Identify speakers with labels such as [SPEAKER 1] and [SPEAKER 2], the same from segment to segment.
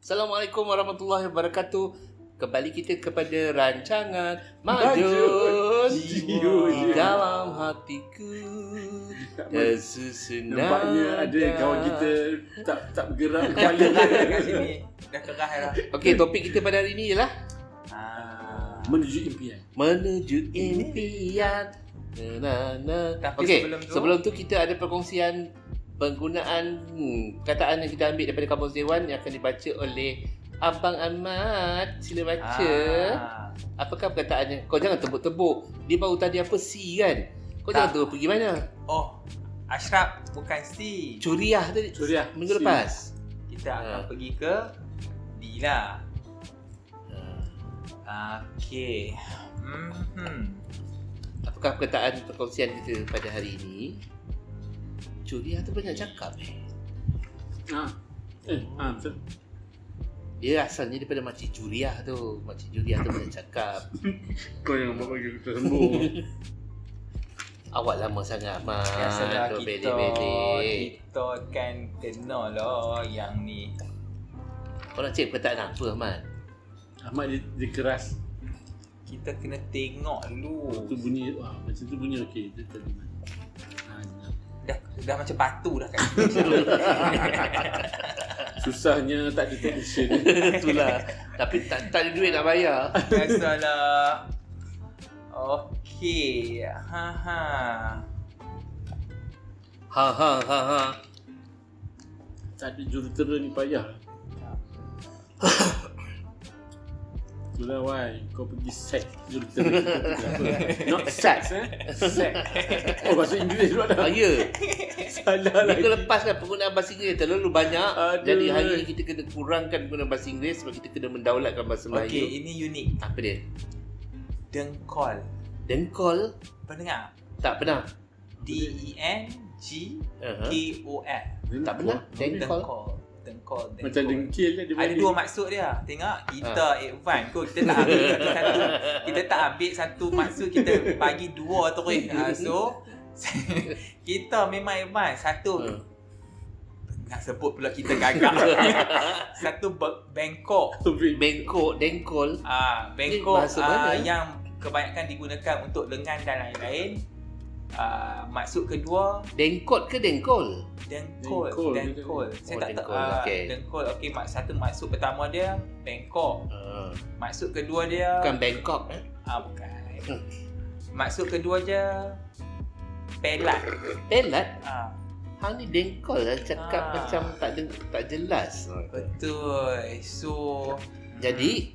[SPEAKER 1] Assalamualaikum warahmatullahi wabarakatuh. Kembali kita kepada rancangan
[SPEAKER 2] Majun
[SPEAKER 1] Majun
[SPEAKER 2] Jiwa.
[SPEAKER 1] Di dalam hatiku
[SPEAKER 2] Tak
[SPEAKER 1] Eh,
[SPEAKER 2] boleh.
[SPEAKER 1] Tersusun
[SPEAKER 2] Nampaknya
[SPEAKER 1] nada.
[SPEAKER 2] ada kawan kita tak tak bergerak kepala
[SPEAKER 3] Dah kerah
[SPEAKER 2] dia.
[SPEAKER 3] kat sini. Dah kerah dah.
[SPEAKER 1] Okey, topik kita pada hari ini ialah
[SPEAKER 3] Ah.
[SPEAKER 2] menuju impian.
[SPEAKER 1] Menuju impian na, na, na.
[SPEAKER 3] Tapi
[SPEAKER 1] Okey,
[SPEAKER 3] sebelum tu-
[SPEAKER 1] sebelum tu kita ada perkongsian Penggunaan hmm, Perkataan yang kita ambil daripada Kampung Sewan Yang akan dibaca oleh Abang Ahmad Sila baca
[SPEAKER 3] Ah.
[SPEAKER 1] Apakah perkataannya? Kau jangan tebuk-tebuk. Dia baru tadi apa si kan? Kau
[SPEAKER 3] Tak.
[SPEAKER 1] jangan terus pergi mana?
[SPEAKER 3] Oh, Ashraf bukan C.
[SPEAKER 1] Curiah tadi.
[SPEAKER 2] Curiah.
[SPEAKER 1] Minggu
[SPEAKER 2] Si.
[SPEAKER 1] lepas.
[SPEAKER 3] Kita akan
[SPEAKER 1] Ah.
[SPEAKER 3] pergi ke D lah.
[SPEAKER 1] Ha.
[SPEAKER 3] Okey. Hmm.
[SPEAKER 1] Apakah perkataan perkongsian kita pada hari ini? Curiah tu banyak cakap eh.
[SPEAKER 2] Ha. Eh, ha, betul.
[SPEAKER 1] Dia asalnya daripada makcik curiah tu. Makcik curiah tu banyak cakap.
[SPEAKER 2] Kau yang bawa kita tersembur.
[SPEAKER 1] Awak lama sangat, Mak.
[SPEAKER 3] Biasalah
[SPEAKER 1] Terus
[SPEAKER 3] Ya, kita
[SPEAKER 1] bedek-bedek.
[SPEAKER 3] kita kan kena lah yang ni.
[SPEAKER 1] Kau nak cek perkataan apa, Mat?
[SPEAKER 2] Ahmad dia, dia keras.
[SPEAKER 3] Kita kena tengok dulu.
[SPEAKER 2] Tu bunyi, wah, macam tu bunyi okey. Dia tadi. Ha, dia.
[SPEAKER 3] Dah dah macam batu dah kat sini.
[SPEAKER 2] Susahnya tak ada technician.
[SPEAKER 1] Itulah. Tapi tak, tak ada duit nak bayar.
[SPEAKER 3] Biasalah. Okey. Ha ha.
[SPEAKER 1] Ha ha ha ha.
[SPEAKER 2] tak ada jurutera ni payah. Itulah why kau pergi sex jurutera. kita tu kenapa. Not sex eh. Sex. Oh bahasa Inggeris pula dah.
[SPEAKER 1] Ah, ya.
[SPEAKER 2] Salah lagi.
[SPEAKER 1] Minggu lepas kan penggunaan bahasa Inggeris terlalu banyak
[SPEAKER 2] Aduh.
[SPEAKER 1] Jadi hari ini kita kena kurangkan penggunaan bahasa Inggeris Sebab kita kena mendaulatkan bahasa
[SPEAKER 3] Okey,
[SPEAKER 1] Melayu
[SPEAKER 3] ini unik.
[SPEAKER 1] Apa dia?
[SPEAKER 3] Dengkol.
[SPEAKER 1] Dengkol?
[SPEAKER 3] Pendengar.
[SPEAKER 1] Tak pernah
[SPEAKER 3] D E N G K
[SPEAKER 1] uh-huh.
[SPEAKER 3] O L.
[SPEAKER 1] Tak pernah Dengkol?
[SPEAKER 3] Dengkol. Dengkol. Dengkol.
[SPEAKER 2] Macam dengkil dia
[SPEAKER 3] ada dua maksud dia. Tengok kita advance kot kita tak ambil satu, satu kita tak ambil satu maksud kita bagi dua terus. Ha, so kita memang advance. Satu
[SPEAKER 1] Ha.
[SPEAKER 3] nak sebut pula kita gagap. satu Be- Bangkok.
[SPEAKER 2] Tubik
[SPEAKER 1] Bengkok, dengkol Ni
[SPEAKER 3] Ah, Bangkok
[SPEAKER 1] bahasa
[SPEAKER 3] ah,
[SPEAKER 1] mana?
[SPEAKER 3] yang kebanyakan digunakan untuk lengan dan lain-lain. Ah, maksud kedua
[SPEAKER 1] Dengkot ke dengkol?
[SPEAKER 2] Dengkol,
[SPEAKER 3] dengkol, dengkol. dengkol. Saya
[SPEAKER 1] Oh,
[SPEAKER 3] tak tahu
[SPEAKER 1] dengkol,
[SPEAKER 3] ah,
[SPEAKER 1] okey.
[SPEAKER 3] dengkol. Okey, mak satu maksud pertama dia Bangkok.
[SPEAKER 1] Uh,
[SPEAKER 3] Maksud kedua dia
[SPEAKER 1] bukan Bangkok eh?
[SPEAKER 3] Ah, bukan.
[SPEAKER 1] Hmm.
[SPEAKER 3] Maksud kedua dia pelat.
[SPEAKER 1] Pelat?
[SPEAKER 3] Ah,
[SPEAKER 1] Hang ni dengkol lah Cakap
[SPEAKER 3] Ah.
[SPEAKER 1] macam tak, deng- tak jelas
[SPEAKER 3] betul. So
[SPEAKER 1] Jadi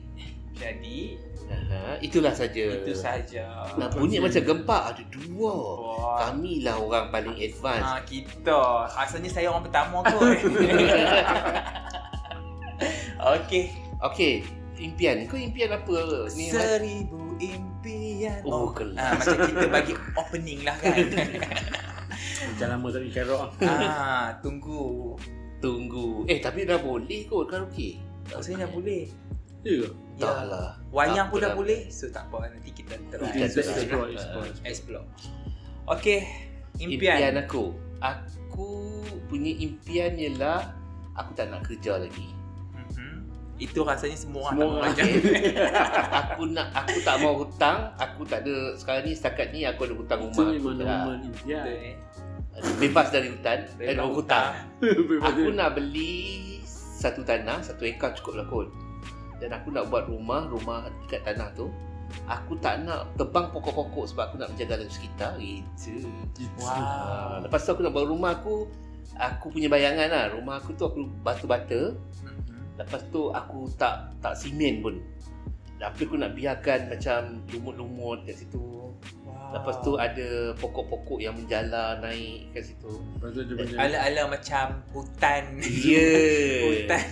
[SPEAKER 3] jadi
[SPEAKER 1] uh, Itulah saja
[SPEAKER 3] itu saja.
[SPEAKER 1] Nah, bunyi macam gempak ada dua
[SPEAKER 3] Wah.
[SPEAKER 1] Kamilah orang paling advance
[SPEAKER 3] Ah kita. Asalnya saya orang pertama kot. Okey.
[SPEAKER 1] Okey, impian. Kau impian apa? Ni Mat?
[SPEAKER 3] Seribu impian.
[SPEAKER 1] Oh, kelas.
[SPEAKER 3] ah, macam kita bagi opening lah kan.
[SPEAKER 2] Macam lama tak pergi karaoke
[SPEAKER 3] ah, tunggu.
[SPEAKER 1] tunggu. Eh, tapi dah boleh kot karaoke.
[SPEAKER 3] Maksudnya dah boleh.
[SPEAKER 2] Ya ke?
[SPEAKER 1] Tak lah. Tak
[SPEAKER 3] Wayang pun dah
[SPEAKER 1] apa.
[SPEAKER 3] boleh. So tak apa nanti kita
[SPEAKER 2] Kita
[SPEAKER 1] Bukan
[SPEAKER 3] terus
[SPEAKER 1] tu saja.
[SPEAKER 2] explore, explore
[SPEAKER 3] explore. Okey.
[SPEAKER 1] Impian.
[SPEAKER 3] Impian.
[SPEAKER 1] aku. Aku punya impian ialah aku tak nak kerja lagi.
[SPEAKER 3] Mhm. Itu rasanya semua
[SPEAKER 2] Semua
[SPEAKER 3] orang
[SPEAKER 2] orang.
[SPEAKER 3] tak macam.
[SPEAKER 1] Aku nak aku tak mau hutang, aku tak ada sekarang ni setakat ni aku ada hutang
[SPEAKER 2] Itu
[SPEAKER 1] rumah.
[SPEAKER 2] memang
[SPEAKER 1] aku dah
[SPEAKER 2] normal Ya. India
[SPEAKER 3] Betul, eh?
[SPEAKER 1] Bebas dari hutan, dari
[SPEAKER 3] Bebas
[SPEAKER 1] hutang.
[SPEAKER 2] Bebas
[SPEAKER 1] Aku
[SPEAKER 2] dia.
[SPEAKER 1] nak beli satu tanah, satu ekar cukup lah kot. Dan aku nak buat rumah, rumah dekat tanah tu. Aku tak nak tebang pokok-pokok sebab aku nak menjaga alam sekitar. Itu.
[SPEAKER 3] Wow.
[SPEAKER 1] Ha, lepas tu aku nak buat rumah aku, aku punya bayangan lah. Rumah aku tu aku batu-bata.
[SPEAKER 3] Mhm.
[SPEAKER 1] Lepas tu aku tak tak simen pun. Tapi aku nak biarkan macam lumut-lumut kat situ.
[SPEAKER 3] Wow.
[SPEAKER 1] Lepas tu ada pokok-pokok yang menjala naik kat situ.
[SPEAKER 2] Lepas tu dia punya
[SPEAKER 3] ala-ala macam hutan.
[SPEAKER 1] Ya. Yeah.
[SPEAKER 3] hutan.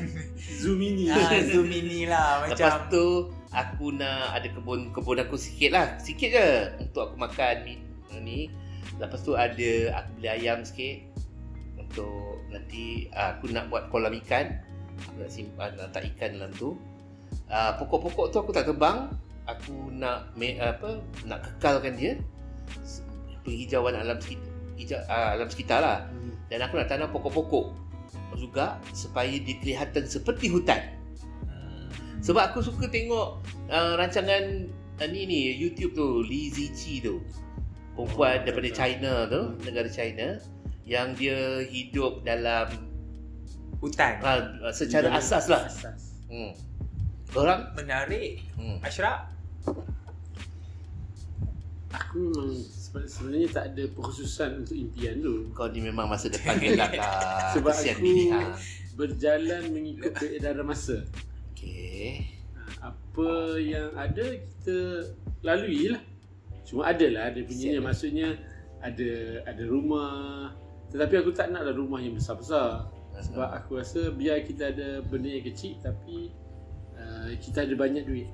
[SPEAKER 2] Zoom ini
[SPEAKER 3] Ah, zoom ini lah
[SPEAKER 1] Ya. Lepas
[SPEAKER 3] macam
[SPEAKER 1] tu aku nak ada kebun kebun aku sikit lah Sikit je untuk aku makan ni, uh, ni. Lepas tu ada aku beli ayam sikit Untuk nanti ah, aku nak buat kolam ikan Aku nak simpan letak ikan dalam tu Ah, Pokok-pokok tu aku tak tebang Aku nak me, apa nak kekalkan dia S- Penghijauan alam sekitar hijau, ah, alam sekitar lah
[SPEAKER 2] Hmm.
[SPEAKER 1] dan aku nak tanam pokok-pokok juga supaya dia kelihatan seperti hutan.
[SPEAKER 3] Hmm.
[SPEAKER 1] Sebab aku suka tengok uh, rancangan uh, ni ni YouTube tu Li Ziqi tu. Perempuan
[SPEAKER 2] Oh,
[SPEAKER 1] daripada
[SPEAKER 2] betul.
[SPEAKER 1] China tu, negara China yang dia hidup dalam
[SPEAKER 3] Hutan.
[SPEAKER 1] uh, secara
[SPEAKER 2] Hidup
[SPEAKER 1] asas lah.
[SPEAKER 2] Asas.
[SPEAKER 1] Hmm. Orang
[SPEAKER 3] Menarik.
[SPEAKER 1] hmm.
[SPEAKER 3] Ashraf.
[SPEAKER 2] Aku memang sebe- sebenarnya tak ada pengkhususan untuk impian tu.
[SPEAKER 1] kau ni memang masa depan gelap lah.
[SPEAKER 2] Sebab
[SPEAKER 1] Kesian
[SPEAKER 2] aku-
[SPEAKER 1] bini hang.
[SPEAKER 2] Berjalan mengikut keedaran masa.
[SPEAKER 1] Okey.
[SPEAKER 2] Ha, Apa yang ada kita lalui lah. Cuma ada lah ada punya
[SPEAKER 3] Siap.
[SPEAKER 2] maksudnya ada ada rumah. Tetapi aku tak naklah rumah yang besar-besar. Sebab
[SPEAKER 1] Ah.
[SPEAKER 2] aku rasa biar kita ada benda yang kecil tapi uh, kita ada banyak duit.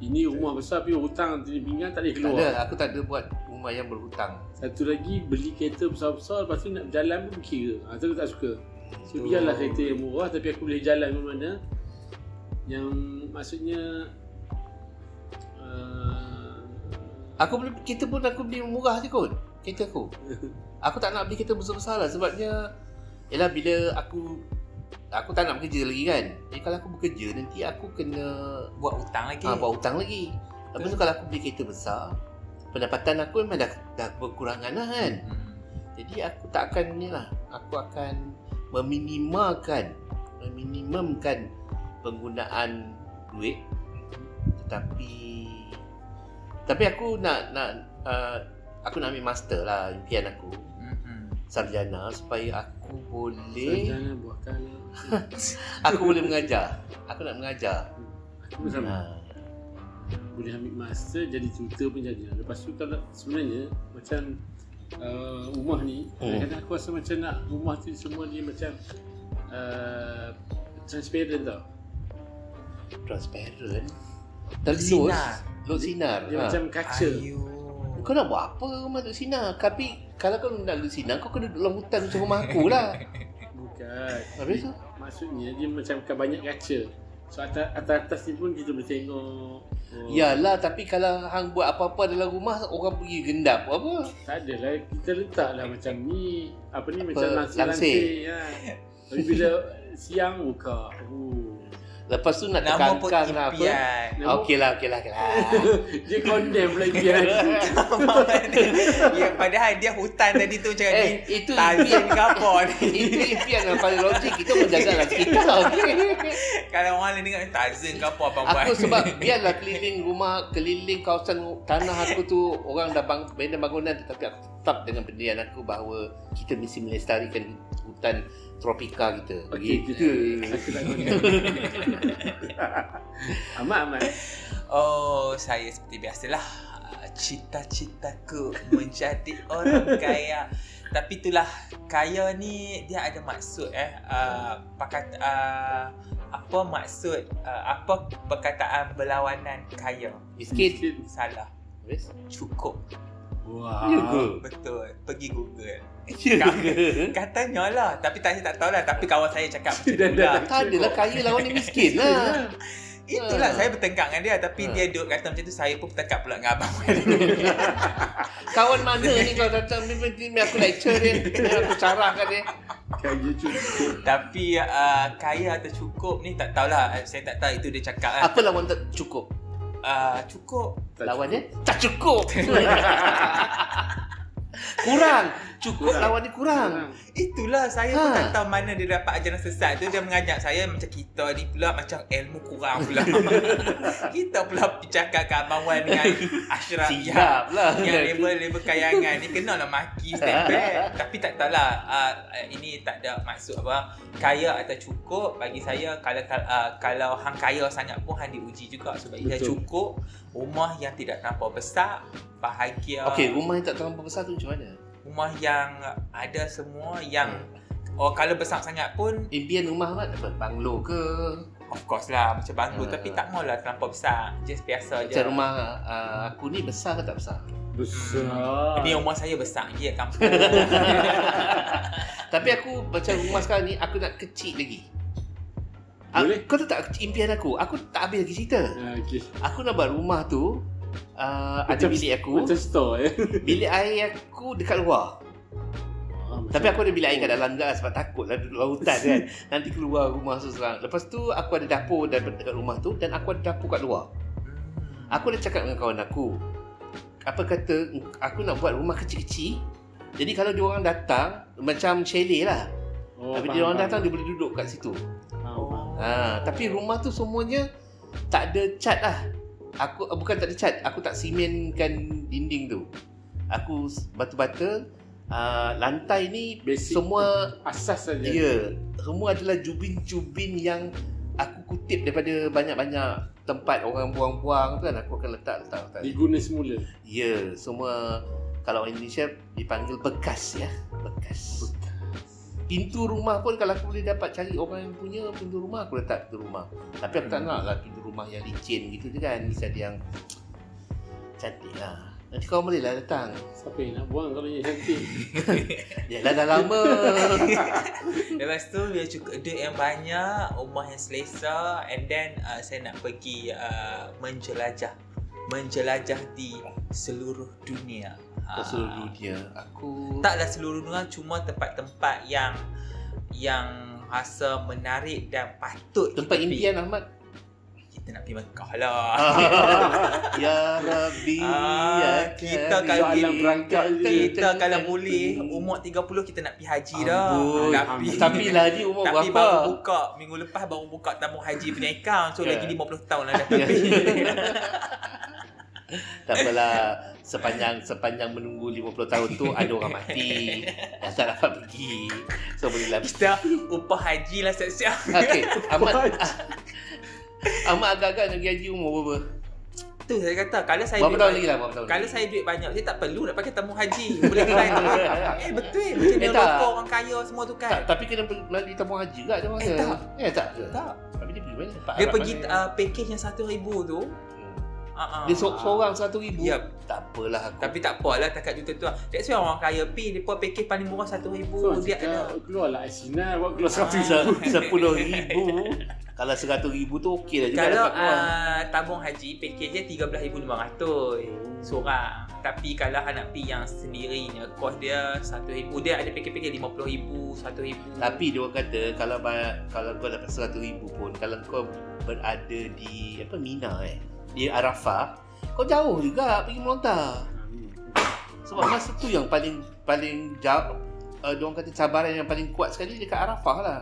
[SPEAKER 2] Ini rumah besar tapi hutang di pinggang tak boleh
[SPEAKER 1] tak
[SPEAKER 2] keluar.
[SPEAKER 1] ada, aku tak ada buat rumah yang berhutang.
[SPEAKER 2] Satu lagi beli kereta besar-besar lepas tu nak berjalan pun berkira. Ha, tu aku tak suka. So
[SPEAKER 3] Betul.
[SPEAKER 2] biarlah
[SPEAKER 1] Hmm.
[SPEAKER 2] kereta yang murah tapi aku boleh jalan ke mana. Yang maksudnya uh,
[SPEAKER 1] Aku beli kereta pun aku beli murah je kot. Kereta aku. Aku tak nak beli kereta besar-besar lah sebabnya ialah bila aku aku tak nak bekerja lagi kan. Jadi kalau aku bekerja nanti aku kena
[SPEAKER 3] Buat hutang lagi.
[SPEAKER 1] okay. ha, buat hutang lagi. Lepas tu kalau aku beli kereta besar, pendapatan aku memang dah, dah berkurangan lah kan.
[SPEAKER 3] Hmm.
[SPEAKER 1] Jadi aku tak akan ni lah Aku akan meminimalkan Meminimumkan penggunaan duit Tetapi Tapi aku nak nak uh, Aku nak ambil master lah impian aku
[SPEAKER 3] Hmm.
[SPEAKER 1] Sarjana supaya aku boleh
[SPEAKER 2] sarjana buah kala.
[SPEAKER 1] Aku boleh mengajar Aku nak mengajar
[SPEAKER 2] Aku pun sama.
[SPEAKER 1] ha. Hmm.
[SPEAKER 2] boleh ambil master jadi tutor pun jadi lepas tu kalau sebenarnya macam uh, rumah ni
[SPEAKER 1] Hmm.
[SPEAKER 2] kadang-kadang aku rasa macam nak rumah tu semua dia macam uh, transparent tau
[SPEAKER 1] Transparent Tersus
[SPEAKER 3] Sinar.
[SPEAKER 1] Lok sinar ha.
[SPEAKER 2] dia macam kaca
[SPEAKER 3] Ayu.
[SPEAKER 1] Kau nak buat apa rumah duduk sinar? Tapi kalau kau nak duduk sinar, kau kena duduk dalam hutan macam rumah aku lah.
[SPEAKER 2] bukan
[SPEAKER 1] Habis tu?
[SPEAKER 2] maksudnya dia macam kat banyak kaca so atas, atas-atas ni pun kita boleh tengok oh,
[SPEAKER 1] Yalah, Ya lah, tapi kalau hang buat apa-apa dalam rumah, orang pergi gendap apa.
[SPEAKER 2] tak adalah kita letaklah macam ni apa ni macam
[SPEAKER 1] Apa,
[SPEAKER 2] langsir-langsir ya. tapi bila siang buka oh.
[SPEAKER 1] Lepas tu nak
[SPEAKER 3] Nama pun
[SPEAKER 1] terkangkang lah apa.
[SPEAKER 3] impian.
[SPEAKER 1] Ah, Okey lah, okey lah, okey lah.
[SPEAKER 2] dia condemn pula impian aku
[SPEAKER 3] ya, padahal dia hutan tadi tu macam
[SPEAKER 1] eh,
[SPEAKER 3] eh,
[SPEAKER 1] itu
[SPEAKER 3] Tarzan
[SPEAKER 1] impian.
[SPEAKER 3] ke apa ni
[SPEAKER 1] itu impian yang paling logik. Kita menjaga lah kita. okey?
[SPEAKER 3] Kalau orang lain dengar Tarzan ke apa abang
[SPEAKER 1] Aku
[SPEAKER 3] buat?
[SPEAKER 1] sebab biarlah keliling rumah, keliling kawasan tanah aku tu orang dah bang, benda bangunan tetapi aku tetap dengan pendirian aku bahawa kita mesti melestarikan hutan tropika kita.
[SPEAKER 2] Okey,
[SPEAKER 1] Begitu.
[SPEAKER 2] kita aku tak condemn. Amat amat.
[SPEAKER 3] Oh saya seperti biasalah Cita-citaku menjadi orang kaya Tapi itulah Kaya ni dia ada maksud eh uh, pakat, uh, Apa maksud uh, Apa perkataan berlawanan kaya
[SPEAKER 1] Miskin.
[SPEAKER 3] Salah
[SPEAKER 1] Habis?
[SPEAKER 3] Cukup
[SPEAKER 1] Ya ke?
[SPEAKER 2] Wow.
[SPEAKER 3] Betul Pergi google
[SPEAKER 1] Ya ke?
[SPEAKER 3] Katanya lah Tapi tak, saya tak tahu lah Tapi kawan saya cakap
[SPEAKER 2] Dah,
[SPEAKER 3] macam tu
[SPEAKER 2] dah,
[SPEAKER 3] lah
[SPEAKER 2] dah.
[SPEAKER 1] Tak adalah kaya lawan dia miskin lah.
[SPEAKER 3] Itulah
[SPEAKER 1] Ha.
[SPEAKER 3] saya bertengkar dengan dia
[SPEAKER 1] Ha.
[SPEAKER 3] Tapi dia duk kata macam tu Saya pun bertengkar pula dengan abang
[SPEAKER 1] Kawan mana ni kalau datang ni ni aku lecture dia, ni aku carahkan dia.
[SPEAKER 2] Kaya cukup.
[SPEAKER 3] Tapi uh, kaya atau cukup ni tak tahulah Uh, Saya tak tahu itu dia cakap kan
[SPEAKER 1] Apa lawan tak cukup?
[SPEAKER 3] uh, Cukup
[SPEAKER 2] Tak
[SPEAKER 1] lawan
[SPEAKER 2] cukup.
[SPEAKER 1] dia tak cukup. kurang. Cukup
[SPEAKER 2] Kurang.
[SPEAKER 1] lawan dia kurang.
[SPEAKER 3] Itulah saya
[SPEAKER 1] Ha.
[SPEAKER 3] pun tak tahu mana dia dapat ajaran sesat tu Dia mengajak saya macam kita ni pula macam ilmu kurang pula Kita pula cakap kat Abang Wan dengan Ashraf yang
[SPEAKER 1] Siap lah.
[SPEAKER 3] yang label-label kayangan ni kena
[SPEAKER 1] Ah,
[SPEAKER 3] lah maki step back tapi tak tahulah uh, ini tak ada maksud apa kaya atau cukup bagi saya kalau uh, kalau hang kaya sangat pun hang diuji juga sebab dia
[SPEAKER 2] Betul.
[SPEAKER 3] cukup rumah yang tidak nampak besar bahagia
[SPEAKER 1] Okey, rumah yang tak terlalu besar tu macam mana?
[SPEAKER 3] rumah yang ada semua yang oh kalau besar sangat pun
[SPEAKER 1] Impian rumah apa? Apa? Banglo ke?
[SPEAKER 3] of course lah macam bangku
[SPEAKER 1] Hmm.
[SPEAKER 3] tapi tak maulah terlampau besar just biasa je
[SPEAKER 1] Macam rumah uh, aku ni besar ke tak besar?
[SPEAKER 2] Besar.
[SPEAKER 3] ni rumah saya besar ya kampung
[SPEAKER 1] Tapi aku macam rumah sekarang ni aku nak kecil lagi. Ah,
[SPEAKER 2] Boleh.
[SPEAKER 1] Kau tahu tak impian aku? Aku tak habis lagi cerita.
[SPEAKER 2] Ah, Okey.
[SPEAKER 1] Aku nak buat rumah tu uh, ada
[SPEAKER 2] Macam-
[SPEAKER 1] bilik aku.
[SPEAKER 2] Macam store ya.
[SPEAKER 1] Bilik air aku dekat luar.
[SPEAKER 2] Oh,
[SPEAKER 1] Tapi aku ada bilik air kat dalam juga lah sebab takut lah duduk dalam hutan kan. Nanti keluar rumah tu serang. Lepas tu aku ada dapur dan dekat rumah tu dan aku ada dapur kat luar. Aku dah cakap dengan kawan aku. Apa kata aku nak buat rumah kecil-kecil. Jadi kalau dia orang datang macam chalet lah.
[SPEAKER 2] Oh,
[SPEAKER 1] Tapi
[SPEAKER 2] faham,
[SPEAKER 1] dia orang
[SPEAKER 2] faham.
[SPEAKER 1] datang dia boleh duduk kat situ.
[SPEAKER 2] Faham, faham.
[SPEAKER 1] Ha, tapi rumah tu semuanya tak ada cat lah. Aku eh, bukan tak ada cat, aku tak simenkan dinding tu. Aku s- batu-bata uh, lantai ni
[SPEAKER 2] Basic.
[SPEAKER 1] semua
[SPEAKER 2] Asas saja.
[SPEAKER 1] ya, semua adalah jubin-jubin yang aku kutip daripada banyak-banyak tempat orang buang-buang tu kan aku akan letak letak letak.
[SPEAKER 2] Diguna semula.
[SPEAKER 1] Ya, semua kalau orang Indonesia dipanggil bekas ya, bekas. Pintu rumah pun kalau aku boleh dapat cari orang yang punya pintu rumah aku letak pintu rumah. Tapi aku tak nak lah pintu rumah yang licin gitu je kan. Ni ada yang cantik lah. Nanti kau boleh lah datang.
[SPEAKER 2] Siapa yang nak buang kalau yang cantik?
[SPEAKER 3] Hmm.
[SPEAKER 1] Yalah dah lama.
[SPEAKER 3] Lepas tu biar cukup duit yang banyak, rumah yang selesa and then uh, saya nak pergi uh, menjelajah menjelajah di seluruh dunia.
[SPEAKER 1] Kau
[SPEAKER 3] Ah.
[SPEAKER 1] suruh dunia. Aku
[SPEAKER 3] Taklah seluruh dunia cuma tempat-tempat yang yang rasa menarik dan patut
[SPEAKER 1] tempat
[SPEAKER 3] kita
[SPEAKER 1] impian Ah. Ahmad.
[SPEAKER 3] pergi. Kita nak pergi Mekah lah.
[SPEAKER 1] ya Rabbi ya
[SPEAKER 3] Ah, kita
[SPEAKER 1] Karim.
[SPEAKER 3] kalau
[SPEAKER 2] Soalan berangkat je.
[SPEAKER 3] kita kalau boleh umur 30 kita nak pergi haji dah.
[SPEAKER 1] Amboi.
[SPEAKER 3] Tapi
[SPEAKER 1] Tapi lah ni umur
[SPEAKER 3] Tapi
[SPEAKER 1] berapa?
[SPEAKER 3] baru buka Minggu lepas baru buka Tabung haji punya account So
[SPEAKER 1] Ya.
[SPEAKER 3] lagi 50 tahun lah dah tapi
[SPEAKER 1] Tak apalah sepanjang sepanjang menunggu 50 tahun tu ada orang mati yang tak dapat pergi. So boleh lah.
[SPEAKER 3] Kita upah haji lah siap-siap
[SPEAKER 1] Okey, Ahmad
[SPEAKER 3] Ah,
[SPEAKER 1] Ahmad agak-agak nak pergi haji umur berapa?
[SPEAKER 3] Tu saya kata Kalau saya
[SPEAKER 1] Berapa tahun
[SPEAKER 3] duit banyak-
[SPEAKER 1] lagi lah? Berapa tahun?
[SPEAKER 3] Kalau saya duit banyak Saya tak perlu nak pakai tabung haji Boleh kan Eh betul Macam
[SPEAKER 1] Eh,
[SPEAKER 3] eh,
[SPEAKER 1] tak.
[SPEAKER 3] rokok orang kaya semua tu
[SPEAKER 1] tak,
[SPEAKER 3] kan
[SPEAKER 1] tapi kena pergi- melalui tamu haji juga macam mana?
[SPEAKER 3] Eh, tak.
[SPEAKER 1] Eh tak. ke?
[SPEAKER 3] Tak
[SPEAKER 1] Tapi dia pergi mana? Tempat
[SPEAKER 3] Dia
[SPEAKER 1] Arab
[SPEAKER 3] pergi
[SPEAKER 1] mana?
[SPEAKER 3] uh, package yang RM1,000 tu uh-uh.
[SPEAKER 1] Dia so- seorang satu ribu.
[SPEAKER 3] Yep.
[SPEAKER 1] Tak apalah aku.
[SPEAKER 3] Tapi tak apa lah Takat juta tu lah That's why orang kaya pi Dia pun package paling murah RM1,000
[SPEAKER 2] So,
[SPEAKER 3] Dia ada
[SPEAKER 2] cakap, lah, keluarlah Aisina buat keluar
[SPEAKER 1] Tapi
[SPEAKER 2] seratus
[SPEAKER 1] se- sepuluh ribu kalau seratus ribu tu okey lah juga
[SPEAKER 3] Kalau
[SPEAKER 1] dapat keluar.
[SPEAKER 3] uh, tabung haji package dia 13500 seorang. Tapi kalau anak pi yang sendirinya kos dia 1000 dia ada package-package 50000 1000
[SPEAKER 1] Tapi dia orang kata kalau ba- kalau kau dapat seratus ribu pun kalau kau berada di apa Mina eh di Arafah kau jauh juga pergi melontar sebab masa tu yang paling paling jauh uh, dia orang kata cabaran yang paling kuat sekali dekat Arafah lah.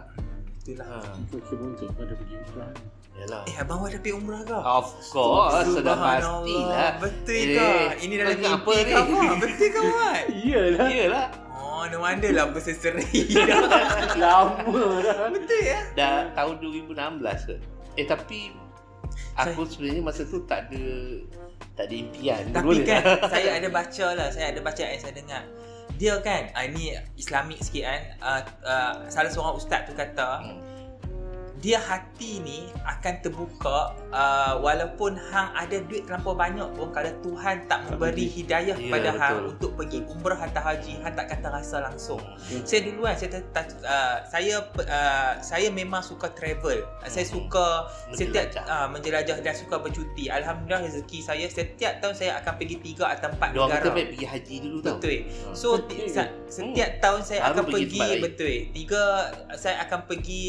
[SPEAKER 3] itulah.
[SPEAKER 1] Ha,
[SPEAKER 2] Kau kira untuk kau dah pergi umrah.
[SPEAKER 1] yalah.
[SPEAKER 3] Eh abang ada pi umrah ke?
[SPEAKER 1] Of course, sudah
[SPEAKER 3] Subhanallah.
[SPEAKER 1] pastilah.
[SPEAKER 3] Betul
[SPEAKER 1] Eh,
[SPEAKER 3] ke? Ini dalam
[SPEAKER 1] kau ingat
[SPEAKER 3] mimpi
[SPEAKER 1] apa ni?
[SPEAKER 3] kau Abang. Betul ke Mat?
[SPEAKER 2] Iyalah.
[SPEAKER 1] Iyalah.
[SPEAKER 3] Oh, no wonder lah berseseri dah.
[SPEAKER 2] Lama dah.
[SPEAKER 3] Betul ya?
[SPEAKER 1] Dah tahun 2016 ke? Eh tapi aku sebenarnya masa tu tak ada tak ada impian.
[SPEAKER 3] Tapi
[SPEAKER 1] Dulu
[SPEAKER 3] kan
[SPEAKER 1] dah.
[SPEAKER 3] saya ada baca lah, saya ada baca yang saya dengar. Dia kan, ah, ni Islamik sikit kan, ah, ah, salah seorang ustaz tu kata,
[SPEAKER 1] Hmm.
[SPEAKER 3] dia hati ni akan terbuka ah, walaupun hang ada duit terlampau banyak pun kalau Tuhan tak memberi
[SPEAKER 1] Ya,
[SPEAKER 3] hidayah kepada hang
[SPEAKER 1] betul.
[SPEAKER 3] untuk pergi umrah atau haji, hang tak kata rasa langsung. Saya dulu kan, saya, ter- ter- ah, saya, ah, saya memang suka travel. Ah, Saya
[SPEAKER 1] Hmm.
[SPEAKER 3] suka setiap
[SPEAKER 1] Menjelajah.
[SPEAKER 3] uh, menjelajah dan suka bercuti. Alhamdulillah rezeki saya setiap tahun saya akan pergi tiga atau empat
[SPEAKER 1] Diorang
[SPEAKER 3] negara.
[SPEAKER 1] kata baik pergi haji dulu tau.
[SPEAKER 3] Betul.
[SPEAKER 1] Ha.
[SPEAKER 3] So ti-
[SPEAKER 2] Betul.
[SPEAKER 3] sa- setiap tahun saya
[SPEAKER 1] Baru
[SPEAKER 3] akan
[SPEAKER 1] pergi
[SPEAKER 3] pergi,
[SPEAKER 1] tempat lain.
[SPEAKER 3] betul. Tiga saya akan pergi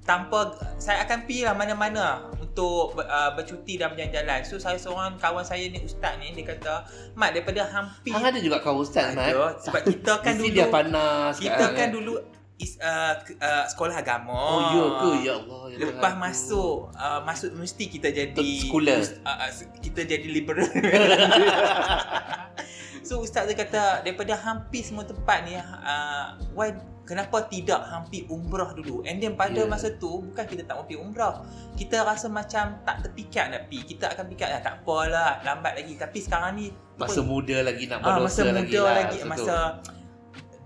[SPEAKER 3] tanpa saya akan pergi lah mana-mana untuk uh, bercuti dan berjalan-jalan. So saya seorang kawan saya ni ustaz ni dia kata, "Mat daripada hampir
[SPEAKER 1] Hang ada juga kau ustaz, Mat.
[SPEAKER 3] Ada, sebab kita kan
[SPEAKER 1] Mesti
[SPEAKER 3] dulu
[SPEAKER 1] dia panas
[SPEAKER 3] kita
[SPEAKER 1] sekarang, eh.
[SPEAKER 3] kan dulu is, uh, ke- uh, sekolah agama.
[SPEAKER 1] Oh, ya ke? Ya Allah. ya
[SPEAKER 3] Lepas
[SPEAKER 1] Tuhan.
[SPEAKER 3] masuk uh, masuk mesti kita jadi
[SPEAKER 1] Sekular.
[SPEAKER 3] uh, uh, kita jadi liberal. so ustaz dia kata daripada hampir semua tempat ni uh, why kenapa tidak hampir umrah dulu? And then pada
[SPEAKER 1] Yeah.
[SPEAKER 3] masa tu bukan kita tak mau pergi umrah. Kita rasa macam tak terpikat nak pergi. Kita akan pikat lah tak apalah lambat lagi. Tapi sekarang ni
[SPEAKER 1] Masa muda lagi nak
[SPEAKER 3] ah, masa
[SPEAKER 1] berdosa
[SPEAKER 3] muda
[SPEAKER 1] lagi
[SPEAKER 3] lagi,
[SPEAKER 1] lah.
[SPEAKER 3] lagi
[SPEAKER 1] masa tu.
[SPEAKER 3] masa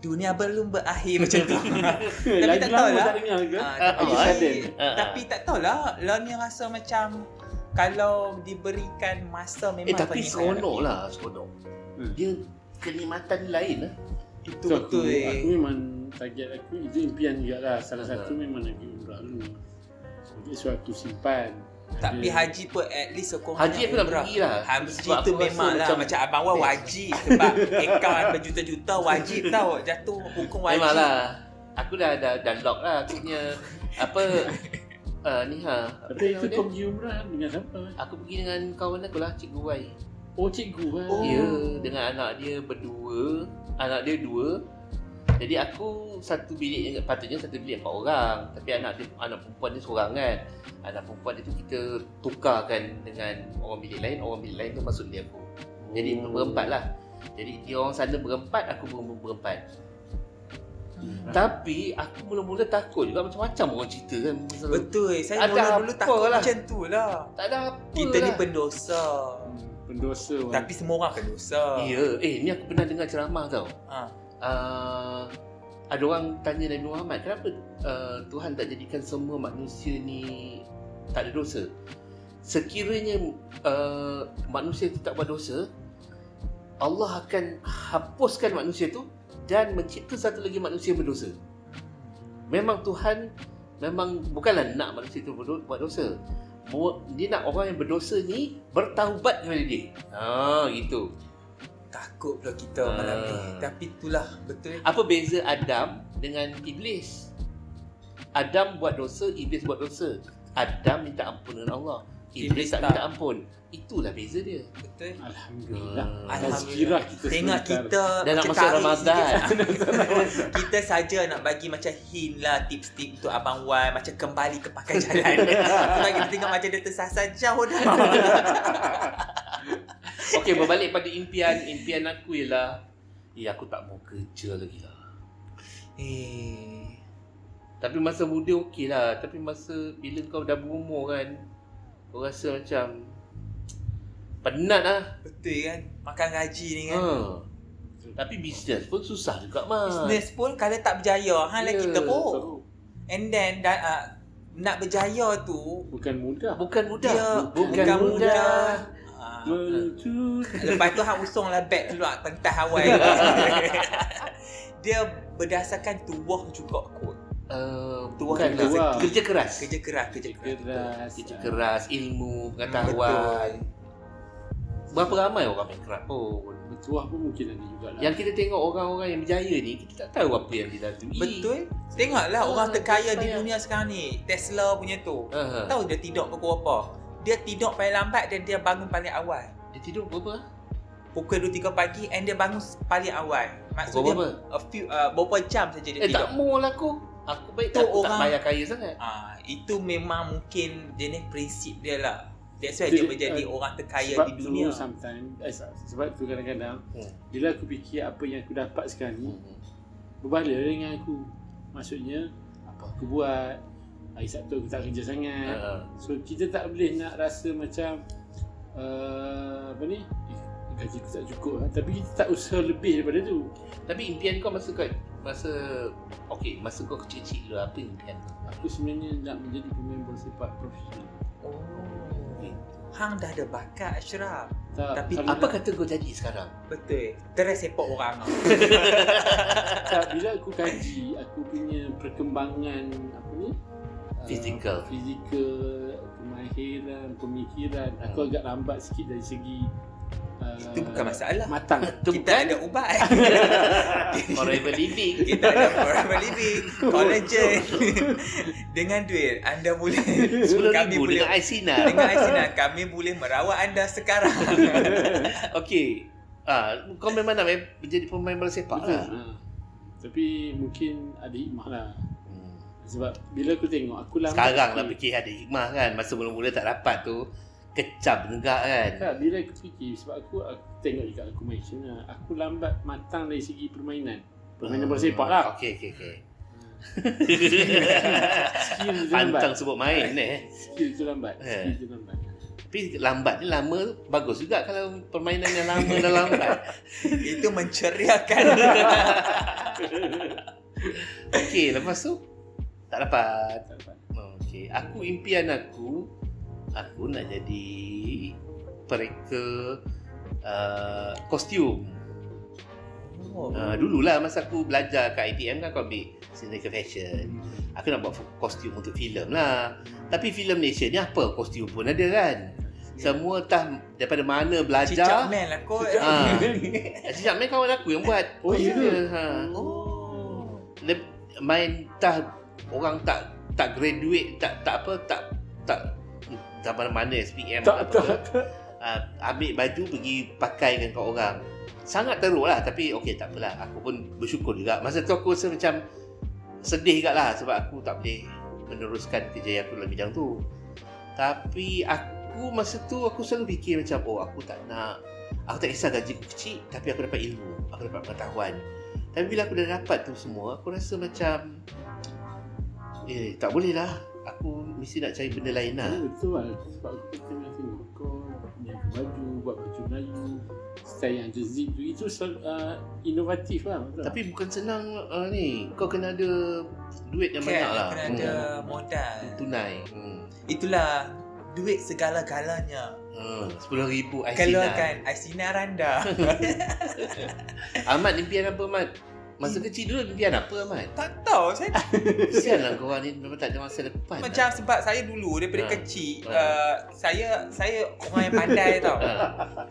[SPEAKER 3] dunia belum berakhir macam tu.
[SPEAKER 2] Lagi
[SPEAKER 3] tak
[SPEAKER 2] lama
[SPEAKER 3] tahulah.
[SPEAKER 2] tak dengar ke?
[SPEAKER 3] Ah, tapi,
[SPEAKER 1] Ah,
[SPEAKER 2] sudden.
[SPEAKER 1] Ah,
[SPEAKER 3] tapi tak tahulah Lon ni rasa macam kalau diberikan masa memang
[SPEAKER 1] Eh, tapi
[SPEAKER 3] pengen
[SPEAKER 1] seronok lah. Seronok.
[SPEAKER 2] Hmm.
[SPEAKER 1] Dia kenikmatan lain lah.
[SPEAKER 3] itu
[SPEAKER 2] So, aku,
[SPEAKER 3] betul eh.
[SPEAKER 2] aku memang target aku itu impian juga lah. Salah
[SPEAKER 1] Ha.
[SPEAKER 2] satu memang nak pergi umrah dulu. Jadi so aku simpan.
[SPEAKER 3] Tapi
[SPEAKER 2] Ada.
[SPEAKER 3] haji pun at least sokong
[SPEAKER 1] Haji aku nak pergi lah.
[SPEAKER 3] Haji
[SPEAKER 1] Sebab aku
[SPEAKER 3] tu
[SPEAKER 1] rasa
[SPEAKER 3] memang lah
[SPEAKER 1] macam- eh.
[SPEAKER 3] macam, macam Abang Wan wajib Sebab akaun berjuta-juta wajib tau Jatuh hukum wajib
[SPEAKER 1] Memang lah. Aku dah, dah, dah lock lah. Aku punya, apa, uh, ni ha. Apa
[SPEAKER 2] Tapi itu
[SPEAKER 1] nama dia?
[SPEAKER 2] kau pergi umrah dengan siapa?
[SPEAKER 1] Aku pergi dengan kawan aku lah, Cikgu Wai.
[SPEAKER 2] Oh cikgu kan?
[SPEAKER 3] Oh.
[SPEAKER 1] Dia dengan anak dia berdua. Anak dia dua. Jadi aku satu bilik dengan- patutnya satu bilik empat orang. Tapi anak dia anak perempuan dia seorang kan. Anak perempuan dia tu kita tukarkan dengan orang bilik lain, orang bilik lain tu masuk bilik aku. Jadi
[SPEAKER 2] Oh.
[SPEAKER 1] berempat lah. Jadi dia orang sana berempat, aku ber- berempat.
[SPEAKER 2] Hmm.
[SPEAKER 1] Tapi aku mula-mula takut juga macam-macam orang cerita kan. Pasal
[SPEAKER 3] Betul eh. Saya
[SPEAKER 1] Ada
[SPEAKER 3] mula-mulu
[SPEAKER 1] apa
[SPEAKER 3] takut
[SPEAKER 1] lah.
[SPEAKER 3] macam tu lah
[SPEAKER 1] Tak ada apa
[SPEAKER 3] Kita
[SPEAKER 1] lah.
[SPEAKER 3] ni pendosa
[SPEAKER 2] Pendosa orang.
[SPEAKER 3] Tapi semua orang pendosa
[SPEAKER 1] Ya, eh ni aku pernah dengar ceramah tau.
[SPEAKER 3] ha.
[SPEAKER 1] uh, ada orang tanya Nabi Muhammad kenapa uh, Tuhan tak jadikan semua manusia ni tak ada dosa sekiranya uh, manusia tu tak buat dosa Allah akan hapuskan manusia tu dan mencipta satu lagi manusia berdosa memang Tuhan memang bukanlah nak manusia tu berdo- buat dosa Bu- dia nak orang yang berdosa ni bertaubat kepada dia ha gitu
[SPEAKER 3] Takut pula kita malam ni
[SPEAKER 1] Ah.
[SPEAKER 3] Tapi itulah betul
[SPEAKER 1] Apa beza Adam dengan Iblis? Adam buat dosa, Iblis buat dosa. Adam minta ampun dengan Allah. Iblis,
[SPEAKER 3] Iblis
[SPEAKER 1] tak
[SPEAKER 3] tak.
[SPEAKER 1] minta ampun. Itulah beza dia.
[SPEAKER 3] Betul
[SPEAKER 2] Alhamdulillah.
[SPEAKER 1] Hmm.
[SPEAKER 2] Tazkirah kita
[SPEAKER 3] Tengok
[SPEAKER 2] sebentar.
[SPEAKER 3] kita
[SPEAKER 1] kan. Dah nak
[SPEAKER 3] macam
[SPEAKER 1] masuk
[SPEAKER 3] tarik
[SPEAKER 1] Ramadan.
[SPEAKER 3] sikit. Kita saja nak bagi macam hint lah tips-tips untuk Abang Wan macam kembali ke pakai jalan. Sebab kita tengok macam dia tersasar jauh dah.
[SPEAKER 1] Okey, berbalik pada impian. Impian aku ialah Ya, aku tak mau kerja lagi lah.
[SPEAKER 3] eh,
[SPEAKER 1] Tapi masa muda okey lah. Tapi masa bila kau dah berumur kan, kau rasa macam penat lah.
[SPEAKER 3] betul kan? Makan gaji ni kan?
[SPEAKER 1] Ha. Tapi bisnes pun susah juga, Mat.
[SPEAKER 3] Business pun kalau tak berjaya, ha lah
[SPEAKER 1] Ya,
[SPEAKER 3] kita pun.
[SPEAKER 2] Teruk.
[SPEAKER 3] And then da, uh, nak berjaya tu
[SPEAKER 2] Bukan mudah.
[SPEAKER 1] Bukan mudah.
[SPEAKER 3] dia
[SPEAKER 1] bukan,
[SPEAKER 2] bukan
[SPEAKER 1] mudah.
[SPEAKER 3] mudah. Ah.
[SPEAKER 1] Hmm.
[SPEAKER 2] Mencuri.
[SPEAKER 3] Lepas tu hang usung lah beg keluar pentas Hawaii. dia berdasarkan tuah juga kot.
[SPEAKER 1] Uh,
[SPEAKER 3] Tuah
[SPEAKER 1] bukan
[SPEAKER 3] juga.
[SPEAKER 1] lah. kerja keras.
[SPEAKER 3] Kerja keras, kerja keras.
[SPEAKER 2] Keras.
[SPEAKER 1] Kerja keras, ilmu,
[SPEAKER 3] Betul.
[SPEAKER 1] pengetahuan. Berapa ramai orang bankrupt
[SPEAKER 3] Oh.
[SPEAKER 1] pun.
[SPEAKER 2] Bertuah pun mungkin ada juga lah.
[SPEAKER 1] Yang kita tengok orang-orang yang berjaya ni, kita tak tahu apa yang dia lalui.
[SPEAKER 3] Betul. Tengoklah
[SPEAKER 1] Ah,
[SPEAKER 3] orang terkaya di
[SPEAKER 1] saya-
[SPEAKER 3] dunia sekarang ni. Tesla punya tu.
[SPEAKER 1] Uh,
[SPEAKER 3] Tahu dia tidur pukul apa? Dia tidur paling lambat dan dia bangun paling awal.
[SPEAKER 1] dia tidur berapa?
[SPEAKER 3] Pukul 2-3 pagi and dia bangun paling awal.
[SPEAKER 1] Pukul
[SPEAKER 3] Maksudnya
[SPEAKER 1] berapa?
[SPEAKER 3] a few uh, berapa jam saja dia
[SPEAKER 1] Eh, tak
[SPEAKER 3] tidur.
[SPEAKER 1] mau lah aku. Aku baik
[SPEAKER 3] Tu
[SPEAKER 1] tak, orang... tak
[SPEAKER 3] orang-
[SPEAKER 1] payah kaya sangat.
[SPEAKER 3] Ah, itu memang mungkin jenis prinsip dia lah. That's why
[SPEAKER 2] Dia-
[SPEAKER 3] dia menjadi
[SPEAKER 2] ah,
[SPEAKER 3] orang terkaya
[SPEAKER 2] sebab
[SPEAKER 3] di dunia.
[SPEAKER 2] tu sometimes eh, sebab tu kadang-kadang
[SPEAKER 1] Hmm.
[SPEAKER 2] bila aku fikir apa yang aku dapat sekarang
[SPEAKER 3] Hmm.
[SPEAKER 2] ni berbalik dengan aku maksudnya apa aku buat hari Sabtu aku tak kerja sangat
[SPEAKER 1] Uh,
[SPEAKER 3] Hmm.
[SPEAKER 2] so kita tak boleh nak rasa macam uh, apa ni eh, gaji aku tak cukup lah. tapi kita tak usaha lebih daripada tu
[SPEAKER 1] tapi impian kau masa kau masa okey masa kau kecil-kecil dulu apa impian kau?
[SPEAKER 2] aku sebenarnya nak menjadi pemain bola sepak profesional
[SPEAKER 3] Oh. Hang dah ada bakat Ashraf.
[SPEAKER 2] tak,
[SPEAKER 3] Tapi
[SPEAKER 2] kalau
[SPEAKER 1] Apa
[SPEAKER 2] nak-
[SPEAKER 1] kata kau jadi sekarang?
[SPEAKER 3] Betul. Terus sepak orang.
[SPEAKER 2] tak, bila aku kaji aku punya perkembangan apa ni uh,
[SPEAKER 1] Fizikal.
[SPEAKER 2] fizikal kemahiran pemikiran aku
[SPEAKER 1] Hmm.
[SPEAKER 2] agak lambat sikit dari segi uh,
[SPEAKER 3] Itu bukan masalah.
[SPEAKER 2] matang
[SPEAKER 1] Tu
[SPEAKER 3] Ah, Kita ada ubat.
[SPEAKER 1] forever living.
[SPEAKER 3] Kita ada forever living Collagen Dengan duit Anda boleh Kami
[SPEAKER 1] RM10,000
[SPEAKER 3] boleh
[SPEAKER 1] dengan Aisina.
[SPEAKER 3] Dengan Aisina Kami boleh merawat anda sekarang
[SPEAKER 1] Okey. Ah, kau memang nak main- menjadi pemain bola sepak
[SPEAKER 2] Betul.
[SPEAKER 1] lah.
[SPEAKER 2] Ha. Tapi mungkin ada hikmah lah Sebab bila aku tengok Aku lambat
[SPEAKER 1] Hmm. Sekarang lah
[SPEAKER 2] fikir
[SPEAKER 1] fikir ada hikmah kan. Masa mula-mula tak dapat tu, kecap negak kan.
[SPEAKER 2] Tak, bila aku fikir Sebab aku, aku tengok juga aku main macam mana Aku lambat matang dari segi permainan Permainan bola sepak lah
[SPEAKER 1] Okey, okey, okey.
[SPEAKER 2] Skill tu
[SPEAKER 1] Hmm.
[SPEAKER 2] lambat
[SPEAKER 1] Pantang sebut main eh.
[SPEAKER 2] Skill tu lambat
[SPEAKER 1] Eh.
[SPEAKER 2] Skill tu lambat
[SPEAKER 1] Tapi lambat ni lama, bagus juga kalau permainan yang lama dan lambat.
[SPEAKER 3] Itu menceriakan
[SPEAKER 1] Okey, lepas tu tak dapat.
[SPEAKER 2] Tak dapat.
[SPEAKER 1] Okey, aku impian aku aku nak jadi pereka uh, kostum.
[SPEAKER 3] Oh.
[SPEAKER 1] Uh, dululah masa aku belajar kat ITM kan aku ambil scenery fashion. Aku nak buat kostum untuk filem lah. Tapi filem Malaysia ni apa kostum pun ada kan. Semua tah daripada mana
[SPEAKER 3] Cicak
[SPEAKER 1] belajar.
[SPEAKER 3] man lah kot.
[SPEAKER 1] Ah. Cicak Mel kawan aku yang buat.
[SPEAKER 2] Oh, ya
[SPEAKER 1] Kostum
[SPEAKER 2] ke?
[SPEAKER 1] dia, Ha.
[SPEAKER 3] Oh.
[SPEAKER 1] Leb- Main tah orang tak tak graduate tak tak apa tak tak tak mana-mana SPM
[SPEAKER 2] Tak,
[SPEAKER 1] apa.
[SPEAKER 2] tak, tak.
[SPEAKER 1] uh, ambil baju pergi pakai dengan kau orang. Sangat teruk lah tapi okey tak apalah. Aku pun bersyukur juga. Masa tu aku rasa macam sedih juga lah sebab aku tak boleh meneruskan kerjaya aku dalam bidang tu. Tapi aku masa tu aku selalu fikir macam oh aku tak nak aku tak kisah gaji aku kecil tapi aku dapat ilmu, aku dapat pengetahuan. Tapi bila aku dah dapat tu semua, aku rasa macam eh tak boleh lah. Aku mesti nak cari benda lain lah.
[SPEAKER 2] Ya, betul lah. Sebab kita tengah tengok kau Niaga baju, buat baju Melayu Style yang ada zip tu Itu sel- uh, inovatif lah betul
[SPEAKER 1] Tapi bukan senang uh, ni. Kau kena ada duit yang
[SPEAKER 3] Kan,
[SPEAKER 1] banyak lah.
[SPEAKER 3] kena ada modal.
[SPEAKER 1] Tunai. Hmm.
[SPEAKER 3] Itulah duit segala-galanya.
[SPEAKER 1] Hmm. RM10,000 IC Keluarkan.
[SPEAKER 3] Keluarkan Aisina Randa.
[SPEAKER 1] Ahmad Ah, impian apa Ahmad? Masa kecil dulu impian apa Ahmad?
[SPEAKER 3] tak tahu saya
[SPEAKER 1] Kesianlah korang ni memang tak ada masa depan. lah.
[SPEAKER 3] macam sebab saya dulu daripada
[SPEAKER 1] Ha.
[SPEAKER 3] kecil
[SPEAKER 1] Ha.
[SPEAKER 3] uh, saya saya orang yang pandai tau.
[SPEAKER 1] lah.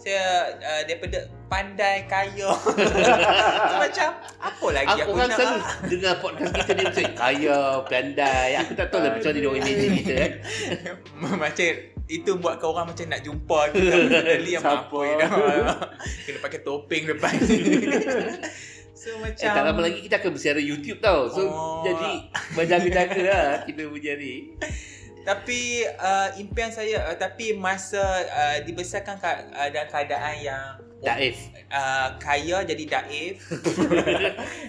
[SPEAKER 3] Saya uh, daripada pandai kaya. So, macam apa lagi
[SPEAKER 1] Aku
[SPEAKER 3] aku, lah.
[SPEAKER 1] orang
[SPEAKER 3] nak?
[SPEAKER 1] selalu dengar podcast kita ni macam kaya, pandai. Aku tak tahu lah macam mana dia orang imagine kita kan.
[SPEAKER 3] macam itu buat kau orang macam nak jumpa kita personally yang
[SPEAKER 2] Siapa?
[SPEAKER 3] mampu ya. dah. Kena pakai topeng depan. so
[SPEAKER 1] Eh,
[SPEAKER 3] macam
[SPEAKER 1] tak lama lagi kita akan bersiaran YouTube tau. So,
[SPEAKER 3] Oh.
[SPEAKER 1] jadi berjaga-jaga lah kita punya ni.
[SPEAKER 3] Tapi uh, impian saya uh, tapi masa uh, dibesarkan ka- uh, dalam keadaan yang
[SPEAKER 1] Daif.
[SPEAKER 3] uh, kaya jadi daif.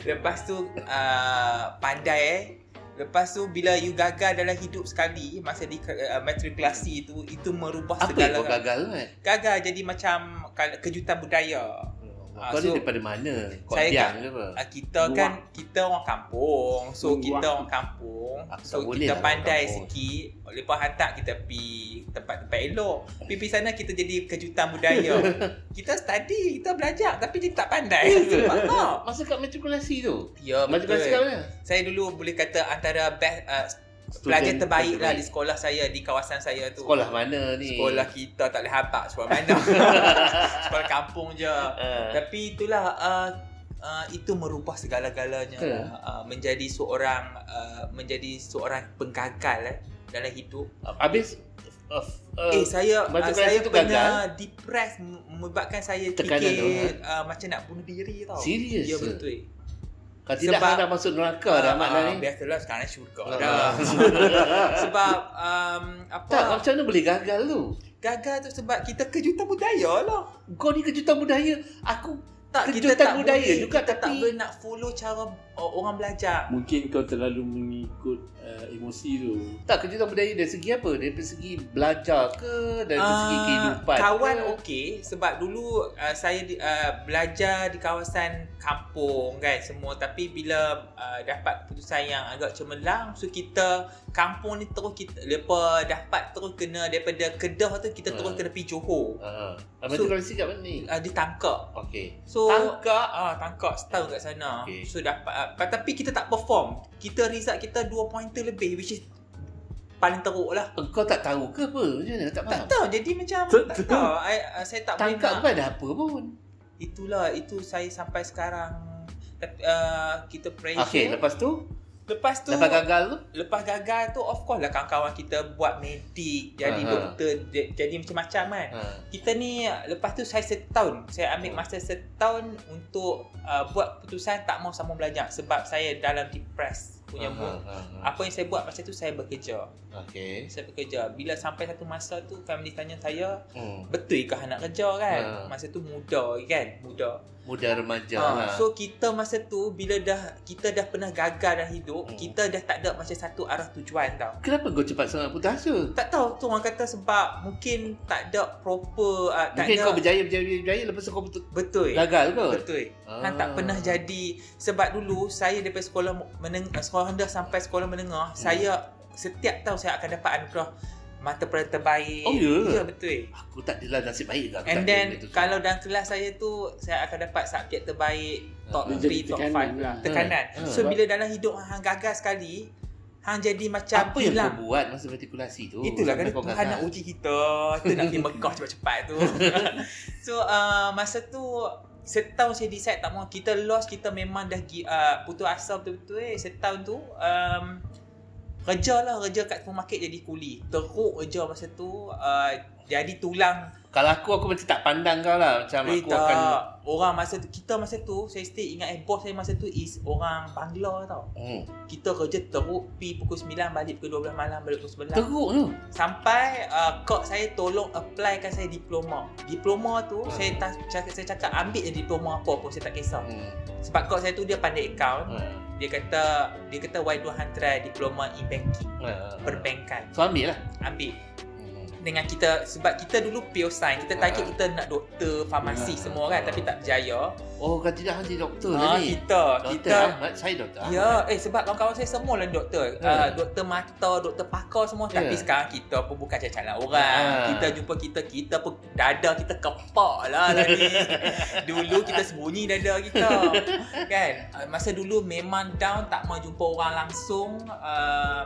[SPEAKER 3] Lepas tu uh, pandai Lepas tu bila you gagal dalam hidup sekali masa di uh, matrikulasi itu itu merubah
[SPEAKER 1] Apa yang
[SPEAKER 3] segala lah.
[SPEAKER 1] kau gagal eh? Ahmad?
[SPEAKER 3] gagal jadi macam kal- kejutan budaya. Ah,
[SPEAKER 1] Kau ni
[SPEAKER 3] so-
[SPEAKER 1] daripada mana? Kau
[SPEAKER 3] Saya
[SPEAKER 1] biang ke apa?
[SPEAKER 3] Uh, kita
[SPEAKER 2] Luar.
[SPEAKER 3] kan kita orang kampung. So
[SPEAKER 2] Luar.
[SPEAKER 3] kita orang kampung.
[SPEAKER 1] Aku tak
[SPEAKER 3] so
[SPEAKER 1] boleh lah
[SPEAKER 3] kita
[SPEAKER 1] orang
[SPEAKER 3] pandai
[SPEAKER 1] kampung.
[SPEAKER 3] sikit. Lepas hantar kita pi tempat-tempat elok. Pi pi sana kita jadi kejutan budaya. kita study, kita belajar tapi kita tak pandai. Sebab tak.
[SPEAKER 1] Masa kat matrikulasi tu?
[SPEAKER 3] Ya,
[SPEAKER 1] Matrikulasi kat
[SPEAKER 3] betul.
[SPEAKER 1] mana?
[SPEAKER 3] Saya dulu boleh kata antara best uh, pelajar terbaik lah di sekolah saya di kawasan saya tu.
[SPEAKER 1] Sekolah mana ni?
[SPEAKER 3] Sekolah kita tak boleh habak sekolah mana. sekolah kampung je.
[SPEAKER 1] Uh,
[SPEAKER 3] Tapi itulah uh, uh, itu merubah segala-galanya
[SPEAKER 1] Betul.
[SPEAKER 3] uh, menjadi seorang uh, menjadi seorang penggagal eh dalam hidup.
[SPEAKER 1] habis uh, uh,
[SPEAKER 3] eh saya
[SPEAKER 1] macam
[SPEAKER 3] uh,
[SPEAKER 1] kalau
[SPEAKER 3] saya
[SPEAKER 1] situ
[SPEAKER 3] pernah depressed m- menyebabkan saya
[SPEAKER 1] Tekanan
[SPEAKER 3] fikir
[SPEAKER 1] tu, eh?
[SPEAKER 3] uh, macam nak bunuh diri tau.
[SPEAKER 1] serius.
[SPEAKER 3] Ya betul.
[SPEAKER 1] Kalau tidak
[SPEAKER 3] Sebab-
[SPEAKER 1] hang dah masuk neraka dah
[SPEAKER 3] Ah,
[SPEAKER 1] mak dah lah ni.
[SPEAKER 3] Biasalah sekarang syurga
[SPEAKER 1] Ah.
[SPEAKER 3] dah. sebab um, apa
[SPEAKER 1] Tak, macam mana boleh gagal tu?
[SPEAKER 3] gagal tu sebab kita kejutan budaya lah.
[SPEAKER 1] Kau ni kejutan budaya. Aku
[SPEAKER 3] Tak
[SPEAKER 1] Kejutan
[SPEAKER 3] kita tak
[SPEAKER 1] budaya
[SPEAKER 3] boleh,
[SPEAKER 1] juga,
[SPEAKER 3] kita tak
[SPEAKER 1] tapi-
[SPEAKER 3] boleh nak follow cara uh, orang belajar.
[SPEAKER 2] Mungkin kau terlalu mengikut uh, emosi tu
[SPEAKER 1] tak kejutan budaya dari segi apa? Dari segi belajar ke? Dari
[SPEAKER 3] Ah,
[SPEAKER 1] segi kehidupan
[SPEAKER 3] Kawan
[SPEAKER 1] ke?
[SPEAKER 3] okey sebab dulu uh, saya di, uh, belajar di kawasan kampung kan semua tapi bila uh, dapat keputusan yang agak cemerlang so kita kampung ni terus kita lepa dapat terus kena daripada Kedah tu kita terus
[SPEAKER 1] Hmm.
[SPEAKER 3] kena pergi Johor.
[SPEAKER 1] Ah, ah,
[SPEAKER 3] So-
[SPEAKER 1] matrikulasi kat mana ni?
[SPEAKER 3] Uh, ditangkap.
[SPEAKER 1] Okey.
[SPEAKER 3] So
[SPEAKER 1] Tangkap.
[SPEAKER 3] Ah, tangkap setahun kat sana.
[SPEAKER 1] Okey.
[SPEAKER 3] Okay. So dapat ah, tapi kita tak perform. Kita result kita 2 pointer lebih which is paling teruk lah.
[SPEAKER 1] Kau tak tahu ke apa? Macam mana? Tak
[SPEAKER 3] Tak
[SPEAKER 1] faham.
[SPEAKER 3] tahu jadi macam
[SPEAKER 2] Tak
[SPEAKER 3] tak
[SPEAKER 2] tahu.
[SPEAKER 3] tahu. I, ah, saya tak boleh
[SPEAKER 1] Ah. Tangkap
[SPEAKER 3] nak-
[SPEAKER 1] bukan ada apa pun.
[SPEAKER 3] Itulah itu saya sampai sekarang Tapi, uh, kita pressure.
[SPEAKER 1] Okey, lepas tu?
[SPEAKER 3] lepas tu
[SPEAKER 1] Lepas
[SPEAKER 3] lepas,
[SPEAKER 1] gagal tu?
[SPEAKER 3] gagal tu of course lah kawan-kawan kita buat medik, jadi
[SPEAKER 1] Aha.
[SPEAKER 3] doktor, j- jadi macam-macam kan.
[SPEAKER 1] Ah.
[SPEAKER 3] Kita ni lepas tu saya setahun, saya
[SPEAKER 1] Oh.
[SPEAKER 3] ambil masa setahun untuk uh, buat keputusan tak mau sambung belajar sebab saya dalam depressed punya
[SPEAKER 1] Ah,
[SPEAKER 3] mood. Apa yang saya buat masa tu saya bekerja.
[SPEAKER 1] Okey.
[SPEAKER 3] Saya bekerja. Bila sampai satu masa tu family tanya saya,
[SPEAKER 1] Hmm.
[SPEAKER 3] "Betul ke nak kerja kan?"
[SPEAKER 1] Ha.
[SPEAKER 3] Masa tu muda kan, muda.
[SPEAKER 1] Muda remaja.
[SPEAKER 3] Ha,
[SPEAKER 1] Ha.
[SPEAKER 3] so kita masa tu bila dah kita dah pernah gagal dalam hidup,
[SPEAKER 1] Hmm.
[SPEAKER 3] hmm. kita dah tak ada macam satu arah tujuan tau.
[SPEAKER 1] Kenapa kau cepat sangat putus asa?
[SPEAKER 3] Tak tahu tu orang kata sebab mungkin tak ada proper uh, tak
[SPEAKER 1] Mungkin
[SPEAKER 3] ada
[SPEAKER 1] kau berjaya, berjaya, berjaya, berjaya lepas tu kau putus
[SPEAKER 3] betul.
[SPEAKER 1] gagal kot.
[SPEAKER 3] Betul. Han
[SPEAKER 1] Ah.
[SPEAKER 3] Kan tak pernah jadi sebab dulu saya daripada sekolah
[SPEAKER 1] Hmm.
[SPEAKER 3] meneng- sekolah rendah sampai sekolah menengah, saya setiap tahun saya akan dapat anugerah mata peranan terbaik.
[SPEAKER 1] Oh, ya?
[SPEAKER 3] Ya betul.
[SPEAKER 1] Aku tak adalah nasib baik lah. Aku
[SPEAKER 3] And
[SPEAKER 1] tak ada
[SPEAKER 3] then
[SPEAKER 1] benda tu.
[SPEAKER 3] kalau dalam kelas saya tu saya akan dapat subjek terbaik top
[SPEAKER 2] Dia
[SPEAKER 3] 3
[SPEAKER 2] jadi
[SPEAKER 3] top
[SPEAKER 2] tekanan
[SPEAKER 3] 5
[SPEAKER 2] lah.
[SPEAKER 3] tekanan.
[SPEAKER 1] Ha, ha.
[SPEAKER 3] So bila dalam hidup hang gagal sekali hang jadi macam
[SPEAKER 1] apa yang
[SPEAKER 3] hilang.
[SPEAKER 1] kau buat masa matrikulasi tu?
[SPEAKER 3] lah. Itulah kan
[SPEAKER 1] Sampai kau
[SPEAKER 3] Tuhan nak
[SPEAKER 1] gagal.
[SPEAKER 3] uji kita Kita nak pergi Mekah cepat-cepat tu So uh, masa tu Setahun saya decide tak mau Kita lost Kita memang dah gi- uh, putus asa betul-betul eh Setahun tu um, Kerja lah Kerja kat supermarket jadi kuli Teruk kerja masa tu uh, Jadi tulang
[SPEAKER 1] Kalau aku aku macam tak pandang kau lah macam
[SPEAKER 3] Eh
[SPEAKER 1] aku akan
[SPEAKER 3] tak Orang masa tu Kita masa tu Saya still ingat eh Bos saya masa tu is Orang Bangla tau
[SPEAKER 1] hmm.
[SPEAKER 3] Kita kerja teruk Pergi pukul 9 Balik pukul 12 malam Balik pukul 11
[SPEAKER 1] teruk tu.
[SPEAKER 3] Sampai uh, kak saya tolong applykan saya diploma. Diploma tu saya ta- cakap, saya cakap ambil je diploma apa pun saya tak kisah.
[SPEAKER 1] Hmm.
[SPEAKER 3] Sebab kak saya tu dia pandai account.
[SPEAKER 1] Hmm.
[SPEAKER 3] Dia kata dia kata why don't hang try diploma in banking,
[SPEAKER 1] Hmm.
[SPEAKER 3] perbankan.
[SPEAKER 1] So ambil lah.
[SPEAKER 3] Ambil
[SPEAKER 1] Hmm.
[SPEAKER 3] dengan kita sebab kita dulu pure science, kita target
[SPEAKER 1] Ah.
[SPEAKER 3] kita nak doktor, farmasi
[SPEAKER 1] Ah.
[SPEAKER 3] semua kan tapi tak berjaya.
[SPEAKER 1] Oh katanya hang jadi doktor
[SPEAKER 3] Ah
[SPEAKER 1] lah ni.
[SPEAKER 3] kita
[SPEAKER 1] Doktor eh?
[SPEAKER 3] kita
[SPEAKER 1] Ahmad, saya doktor Ahmad.
[SPEAKER 3] Ya, eh sebab kawan-kawan saya semua lah doktor.
[SPEAKER 1] Ha.
[SPEAKER 3] Uh, doktor mata, doktor pakar semua.
[SPEAKER 1] Ya.
[SPEAKER 3] Tapi sekarang kita pun bukan cacalan orang.
[SPEAKER 1] Ha.
[SPEAKER 3] Kita jumpa kita, kita pun dada kita kepak lah lah ni. dulu kita sembunyi dada kita. kan? Uh, masa dulu memang down, tak mau jumpa orang langsung. Uh,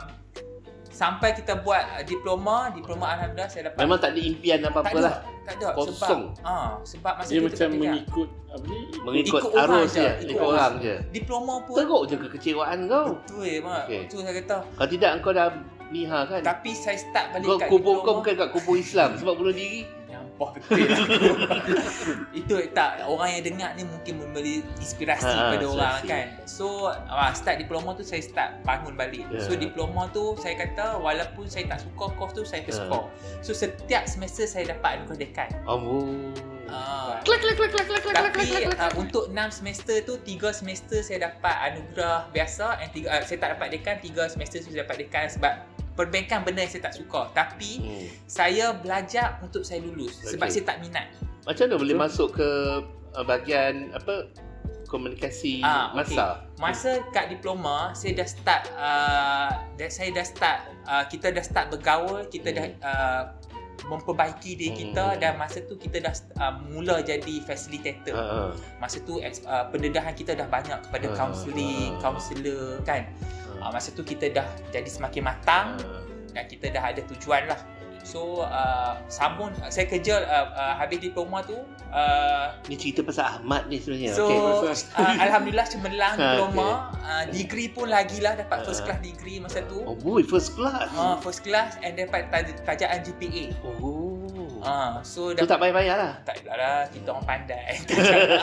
[SPEAKER 3] sampai kita buat uh, diploma, diploma Alhamdulillah saya dapat.
[SPEAKER 1] Memang tak ada impian
[SPEAKER 3] tak
[SPEAKER 1] apa-apa
[SPEAKER 3] ada,
[SPEAKER 1] lah.
[SPEAKER 3] tak ada.
[SPEAKER 1] Kosong.
[SPEAKER 3] Sebab, ah, sebab masa
[SPEAKER 2] Dia
[SPEAKER 3] tu
[SPEAKER 2] macam
[SPEAKER 3] kita pegang.
[SPEAKER 2] mengikut apa ni?
[SPEAKER 1] Mengikut
[SPEAKER 3] Ikut orang
[SPEAKER 1] arus
[SPEAKER 3] je,
[SPEAKER 1] je,
[SPEAKER 3] ikut
[SPEAKER 1] ikut
[SPEAKER 3] arus.
[SPEAKER 1] orang je.
[SPEAKER 3] Diploma pun.
[SPEAKER 1] Teruk je kekecewaan kau.
[SPEAKER 3] Betul, eh, Mak.
[SPEAKER 1] Okey.
[SPEAKER 3] Tu saya kata.
[SPEAKER 1] Kalau tidak kau dah ni ha kan.
[SPEAKER 3] Tapi saya start balik
[SPEAKER 1] Kau
[SPEAKER 3] kat
[SPEAKER 1] kubur
[SPEAKER 3] diploma.
[SPEAKER 1] kau bukan kat kubur Islam sebab bunuh diri.
[SPEAKER 3] Nyampah betul lah aku. Itu tak Orang yang dengar ni Mungkin memberi inspirasi
[SPEAKER 1] Ha,
[SPEAKER 3] ha, pada
[SPEAKER 1] inspirasi.
[SPEAKER 3] orang kan So ah, Start diploma tu Saya start bangun
[SPEAKER 1] Ya.
[SPEAKER 3] balik yeah. So diploma tu Saya kata Walaupun saya tak suka Course tu Saya
[SPEAKER 1] Ha.
[SPEAKER 3] suka So setiap semester Saya dapat anugerah dekan
[SPEAKER 1] Ya. Amboi.
[SPEAKER 3] Ah,
[SPEAKER 4] Klak klak klak klak klak klak klak
[SPEAKER 3] tapi
[SPEAKER 4] klak klak.
[SPEAKER 3] uh, untuk 6 semester tu 3 semester saya dapat anugerah biasa and tiga, uh, saya tak dapat dekan 3 semester tu saya dapat dekan sebab perbankan benda yang saya tak suka tapi
[SPEAKER 1] Hmm.
[SPEAKER 3] saya belajar untuk saya lulus sebab
[SPEAKER 1] Okey.
[SPEAKER 3] saya tak minat
[SPEAKER 1] Macam mana boleh
[SPEAKER 2] So-
[SPEAKER 1] masuk ke uh, bahagian apa komunikasi
[SPEAKER 3] Ah, okey.
[SPEAKER 1] masa?
[SPEAKER 3] Masa kat diploma saya dah start uh, dah, saya dah start uh, kita dah start bergaul, kita dah uh, memperbaiki diri
[SPEAKER 1] Hmm.
[SPEAKER 3] kita dan masa tu kita dah uh, mula jadi facilitator.
[SPEAKER 1] Ha,
[SPEAKER 3] Masa tu ex- uh, pendedahan kita dah banyak kepada
[SPEAKER 1] Ah.
[SPEAKER 3] kaunseling, kaunselor kan.
[SPEAKER 1] ha,
[SPEAKER 3] Uh, masa tu kita dah jadi semakin matang dan kita dah ada tujuan lah. So uh, sambung saya kerja uh, uh, habis diploma tu uh,
[SPEAKER 1] Ni cerita pasal Ahmad ni sebenarnya.
[SPEAKER 3] So,
[SPEAKER 1] Okey.
[SPEAKER 3] uh, Alhamdulillah cemerlang
[SPEAKER 1] Ha,
[SPEAKER 3] diploma uh, Degree pun lagilah dapat
[SPEAKER 1] Ha.
[SPEAKER 3] first class degree masa tu
[SPEAKER 1] Oh boy, first class.
[SPEAKER 3] uh, First class and dapat taj- tajaan GPA
[SPEAKER 1] Oh.
[SPEAKER 3] uh, So
[SPEAKER 1] Tu tak
[SPEAKER 3] dapat
[SPEAKER 1] payah-payah lah.
[SPEAKER 3] tak pula lah kita orang pandai Tajaan.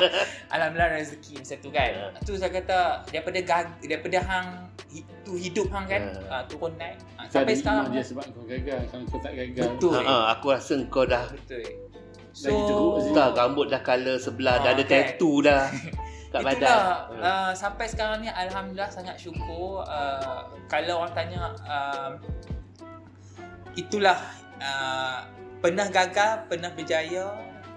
[SPEAKER 3] Alhamdulillah rezeki masa tu kan Tu saya kata daripada gag- daripada hang hi- tu hidup hang kan
[SPEAKER 1] Ha.
[SPEAKER 3] uh, turun naik uh,
[SPEAKER 2] Sampai
[SPEAKER 3] sampai sekarang
[SPEAKER 2] Dia sebab kau gagal. Kalau kau tak gagal.
[SPEAKER 3] betul
[SPEAKER 1] Ha, ha, aku rasa kau dah
[SPEAKER 3] betul
[SPEAKER 2] Dah gitu,
[SPEAKER 3] So
[SPEAKER 1] tak rambut dah color sebelah, dah
[SPEAKER 3] Oh. Ah,
[SPEAKER 1] ada
[SPEAKER 3] kan?
[SPEAKER 1] tattoo dah kat
[SPEAKER 3] Itulah,
[SPEAKER 1] badan. Ah.
[SPEAKER 3] uh, sampai sekarang ni Alhamdulillah sangat syukur uh, Kalau orang tanya um, Itulah uh, Pernah gagal, pernah berjaya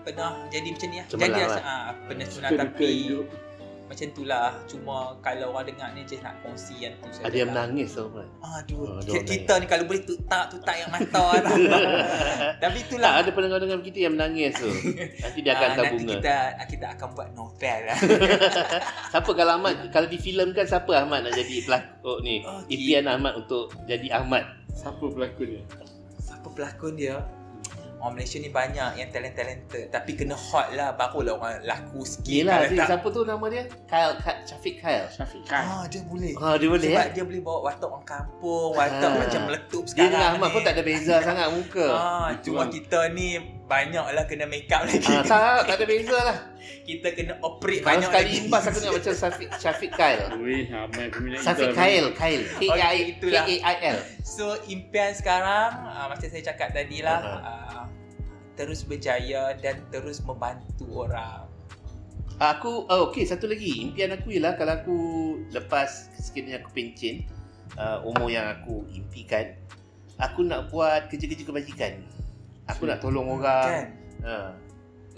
[SPEAKER 3] Pernah jadi macam ni lah
[SPEAKER 1] Cemerlang
[SPEAKER 3] Jadi
[SPEAKER 1] lah.
[SPEAKER 3] rasa, ah, Pernah
[SPEAKER 1] Hmm.
[SPEAKER 3] senang
[SPEAKER 2] Suka duka
[SPEAKER 3] tapi
[SPEAKER 2] hidup.
[SPEAKER 3] Macam tu lah Cuma kalau orang dengar ni Just nak kongsi yang tu lah.
[SPEAKER 1] Ada yang menangis tau. Mat. Oh, ada
[SPEAKER 3] Aduh, kita,
[SPEAKER 1] orang
[SPEAKER 3] kita ni kalau boleh tutak Tutak yang mata tau. Tapi
[SPEAKER 1] tak
[SPEAKER 3] itulah
[SPEAKER 1] ada pendengar-pendengar kita yang menangis tu. Nanti dia akan
[SPEAKER 3] Ah,
[SPEAKER 1] hantar
[SPEAKER 3] nanti
[SPEAKER 1] bunga.
[SPEAKER 3] kita kita akan buat novel lah.
[SPEAKER 1] Siapa kalau Ahmad kalau difilmkan siapa Ahmad nak jadi pelakon ni?
[SPEAKER 3] Oh,
[SPEAKER 1] Okay. Impian Ahmad untuk jadi Ahmad.
[SPEAKER 2] Siapa pelakon dia?
[SPEAKER 3] Siapa pelakon dia? Orang Malaysia ni banyak yang talent-talented Tapi kena hot lah Barulah orang laku sikit
[SPEAKER 1] Yelah,
[SPEAKER 3] Kalau
[SPEAKER 1] si,
[SPEAKER 3] tak
[SPEAKER 1] siapa tu nama dia? Kyle, Kyle Syafiq Kyle.
[SPEAKER 2] Syafiq Khan.
[SPEAKER 3] Ah, dia boleh
[SPEAKER 1] Ha, dia boleh
[SPEAKER 3] Sebab
[SPEAKER 1] eh?
[SPEAKER 3] dia boleh bawa watak orang kampung Watak
[SPEAKER 1] Ah.
[SPEAKER 3] macam meletup
[SPEAKER 1] Dia
[SPEAKER 3] sekarang
[SPEAKER 1] dengan Ahmad pun tak ada beza sangat muka.
[SPEAKER 3] ah,
[SPEAKER 2] Itu
[SPEAKER 3] Cuma
[SPEAKER 2] lah.
[SPEAKER 3] kita ni Banyak lah kena make up lagi
[SPEAKER 1] Ah, tak, tak ada beza lah.
[SPEAKER 3] Kita kena
[SPEAKER 1] Kalau
[SPEAKER 3] operate Eh, banyak
[SPEAKER 1] sekali
[SPEAKER 3] lagi
[SPEAKER 1] impas aku nak macam Syafiq, Syafiq Kyle.
[SPEAKER 2] Weh, ramai peminat
[SPEAKER 1] Syafiq
[SPEAKER 2] kita.
[SPEAKER 1] Kyle, Kyle.
[SPEAKER 3] Okey,
[SPEAKER 1] K-I-
[SPEAKER 3] Oh, itulah.
[SPEAKER 1] K-A-I-L.
[SPEAKER 3] So impian sekarang ah, Macam saya cakap tadi lah ah, Terus berjaya Dan terus membantu orang
[SPEAKER 1] Aku oh, okey satu lagi impian aku ialah kalau aku lepas sekiranya aku pencen uh, umur yang aku impikan aku nak buat kerja-kerja kebajikan. Aku nak tolong orang.
[SPEAKER 3] Kan?
[SPEAKER 1] Ha.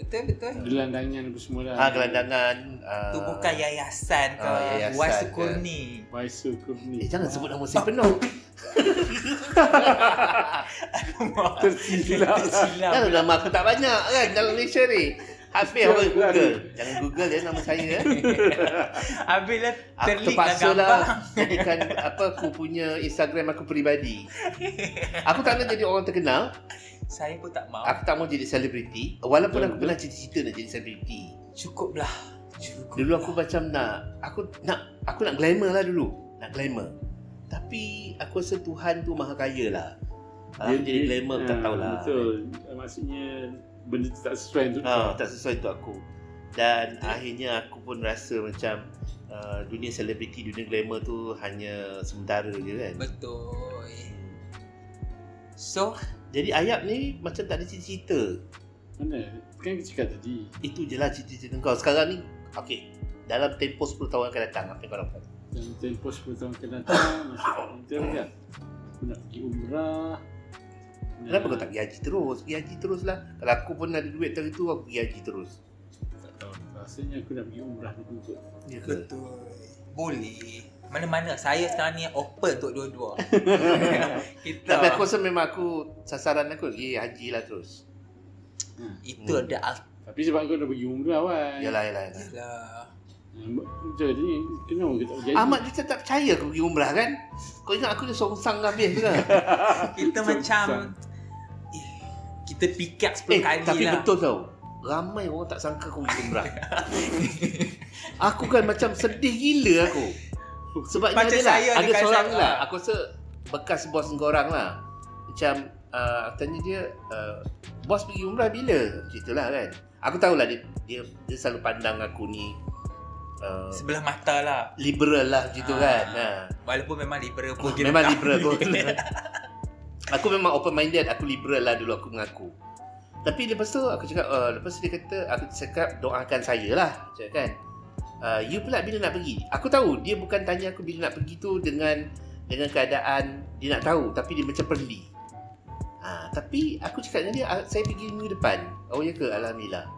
[SPEAKER 3] Betul-betul
[SPEAKER 2] Gelandangan apa semua lah.
[SPEAKER 1] Ha gelandangan. Uh,
[SPEAKER 3] Tu bukan yayasan kau
[SPEAKER 1] Ah,
[SPEAKER 3] uh,
[SPEAKER 1] yayasan
[SPEAKER 3] Wais
[SPEAKER 1] ke.
[SPEAKER 3] Sukurni
[SPEAKER 2] Waisu Kurni.
[SPEAKER 1] Eh, jangan sebut Eh, nama saya penuh.
[SPEAKER 2] Tersilap lah.
[SPEAKER 3] Tersilap.
[SPEAKER 1] Kan nama aku tak banyak kan dalam Malaysia ni. Habis orang
[SPEAKER 2] Jangan.
[SPEAKER 1] Google. Jangan Google ya nama saya. eh.
[SPEAKER 3] Habis lah
[SPEAKER 1] Aku
[SPEAKER 3] terlink lah
[SPEAKER 1] terpaksa
[SPEAKER 3] gambar.
[SPEAKER 1] lah jadikan apa aku punya Instagram aku peribadi. Aku tak nak jadi orang terkenal.
[SPEAKER 3] Saya pun tak mahu.
[SPEAKER 1] Aku tak mau jadi selebriti. Walaupun aku
[SPEAKER 2] Betul.
[SPEAKER 1] pernah cita-cita nak jadi selebriti.
[SPEAKER 3] Cukup lah. Cukup.
[SPEAKER 1] Dulu aku macam nak aku nak aku nak glamour lah dulu. Nak glamour. Tapi aku rasa Tuhan tu maha kaya lah. Aku jadi glamour aku tak
[SPEAKER 2] Ah,
[SPEAKER 1] tahulah.
[SPEAKER 2] Betul. Maksudnya benda tu tak sesuai untuk
[SPEAKER 1] Ha, tak sesuai untuk aku. Dan akhirnya aku pun rasa macam uh, dunia selebriti, dunia glamour tu hanya sementara je kan.
[SPEAKER 3] Betul. So,
[SPEAKER 1] Jadi Ayab ni macam tak ada cita-cita.
[SPEAKER 2] Mana? Kan aku cakap tadi.
[SPEAKER 1] Itu je lah cita-cita kau. Sekarang ni, okay. Dalam tempoh 10 tahun akan datang, apa yang kau dapat?
[SPEAKER 2] Dalam tempoh 10 tahun akan datang Masuk intern kan Aku nak pergi umrah
[SPEAKER 1] Kenapa kau tak pergi haji terus? Pergi haji terus lah. Kalau aku pun ada duit hari tu, aku pergi haji terus.
[SPEAKER 2] Tak tahu Rasanya aku nak pergi umrah dulu kot
[SPEAKER 1] Ya ke?
[SPEAKER 3] betul. Boleh. Mana-mana saya sekarang ni open untuk dua-dua.
[SPEAKER 1] Ya.
[SPEAKER 3] Kita
[SPEAKER 1] Tapi aku rasa memang aku, sasaran aku, pergi haji lah terus.
[SPEAKER 3] itu
[SPEAKER 1] Hmm.
[SPEAKER 3] ada
[SPEAKER 2] Tapi sebab aku nak pergi umrah kan Ah,
[SPEAKER 1] Yalah, yalah. yalah.
[SPEAKER 3] Ya. alkilah.
[SPEAKER 2] Jadi kenapa kita tak pergi haji?
[SPEAKER 1] Ahmad dia tak percaya aku pergi umrah kan? Kau ingat aku dia songsang habis ke?
[SPEAKER 3] Kita
[SPEAKER 2] Susah.
[SPEAKER 3] macam eh, kita pick up 10
[SPEAKER 1] Eh,
[SPEAKER 3] kali
[SPEAKER 1] tapi
[SPEAKER 3] lah.
[SPEAKER 1] betul tau. Ramai orang tak sangka aku pergi umrah. aku kan macam sedih gila aku. Sebab
[SPEAKER 3] Macam
[SPEAKER 1] ada lah,
[SPEAKER 3] saya
[SPEAKER 1] ada
[SPEAKER 3] dekat
[SPEAKER 1] seorang
[SPEAKER 3] sana.
[SPEAKER 1] lah. Aku rasa bekas bos korang lah. Macam uh, aku tanya dia, uh, bos pergi umrah bila? Ceritalah kan. Aku tahulah dia, dia, dia selalu pandang aku ni uh,
[SPEAKER 3] Sebelah mata lah.
[SPEAKER 1] liberal lah gitu
[SPEAKER 3] Ah.
[SPEAKER 1] kan. Nah.
[SPEAKER 3] Walaupun memang liberal pun dia
[SPEAKER 1] Ah, Memang
[SPEAKER 3] tak-
[SPEAKER 1] liberal kot Aku memang open minded Aku liberal lah dulu aku mengaku Tapi lepas tu aku cakap uh, Lepas tu dia kata Aku cakap doakan saya lah Macam kan uh, You pula bila nak pergi Aku tahu dia bukan tanya aku bila nak pergi tu Dengan dengan keadaan dia nak tahu Tapi dia macam perli ha, Tapi aku cakap dengan dia "Ah, Saya pergi minggu depan Oh ya ke? Alhamdulillah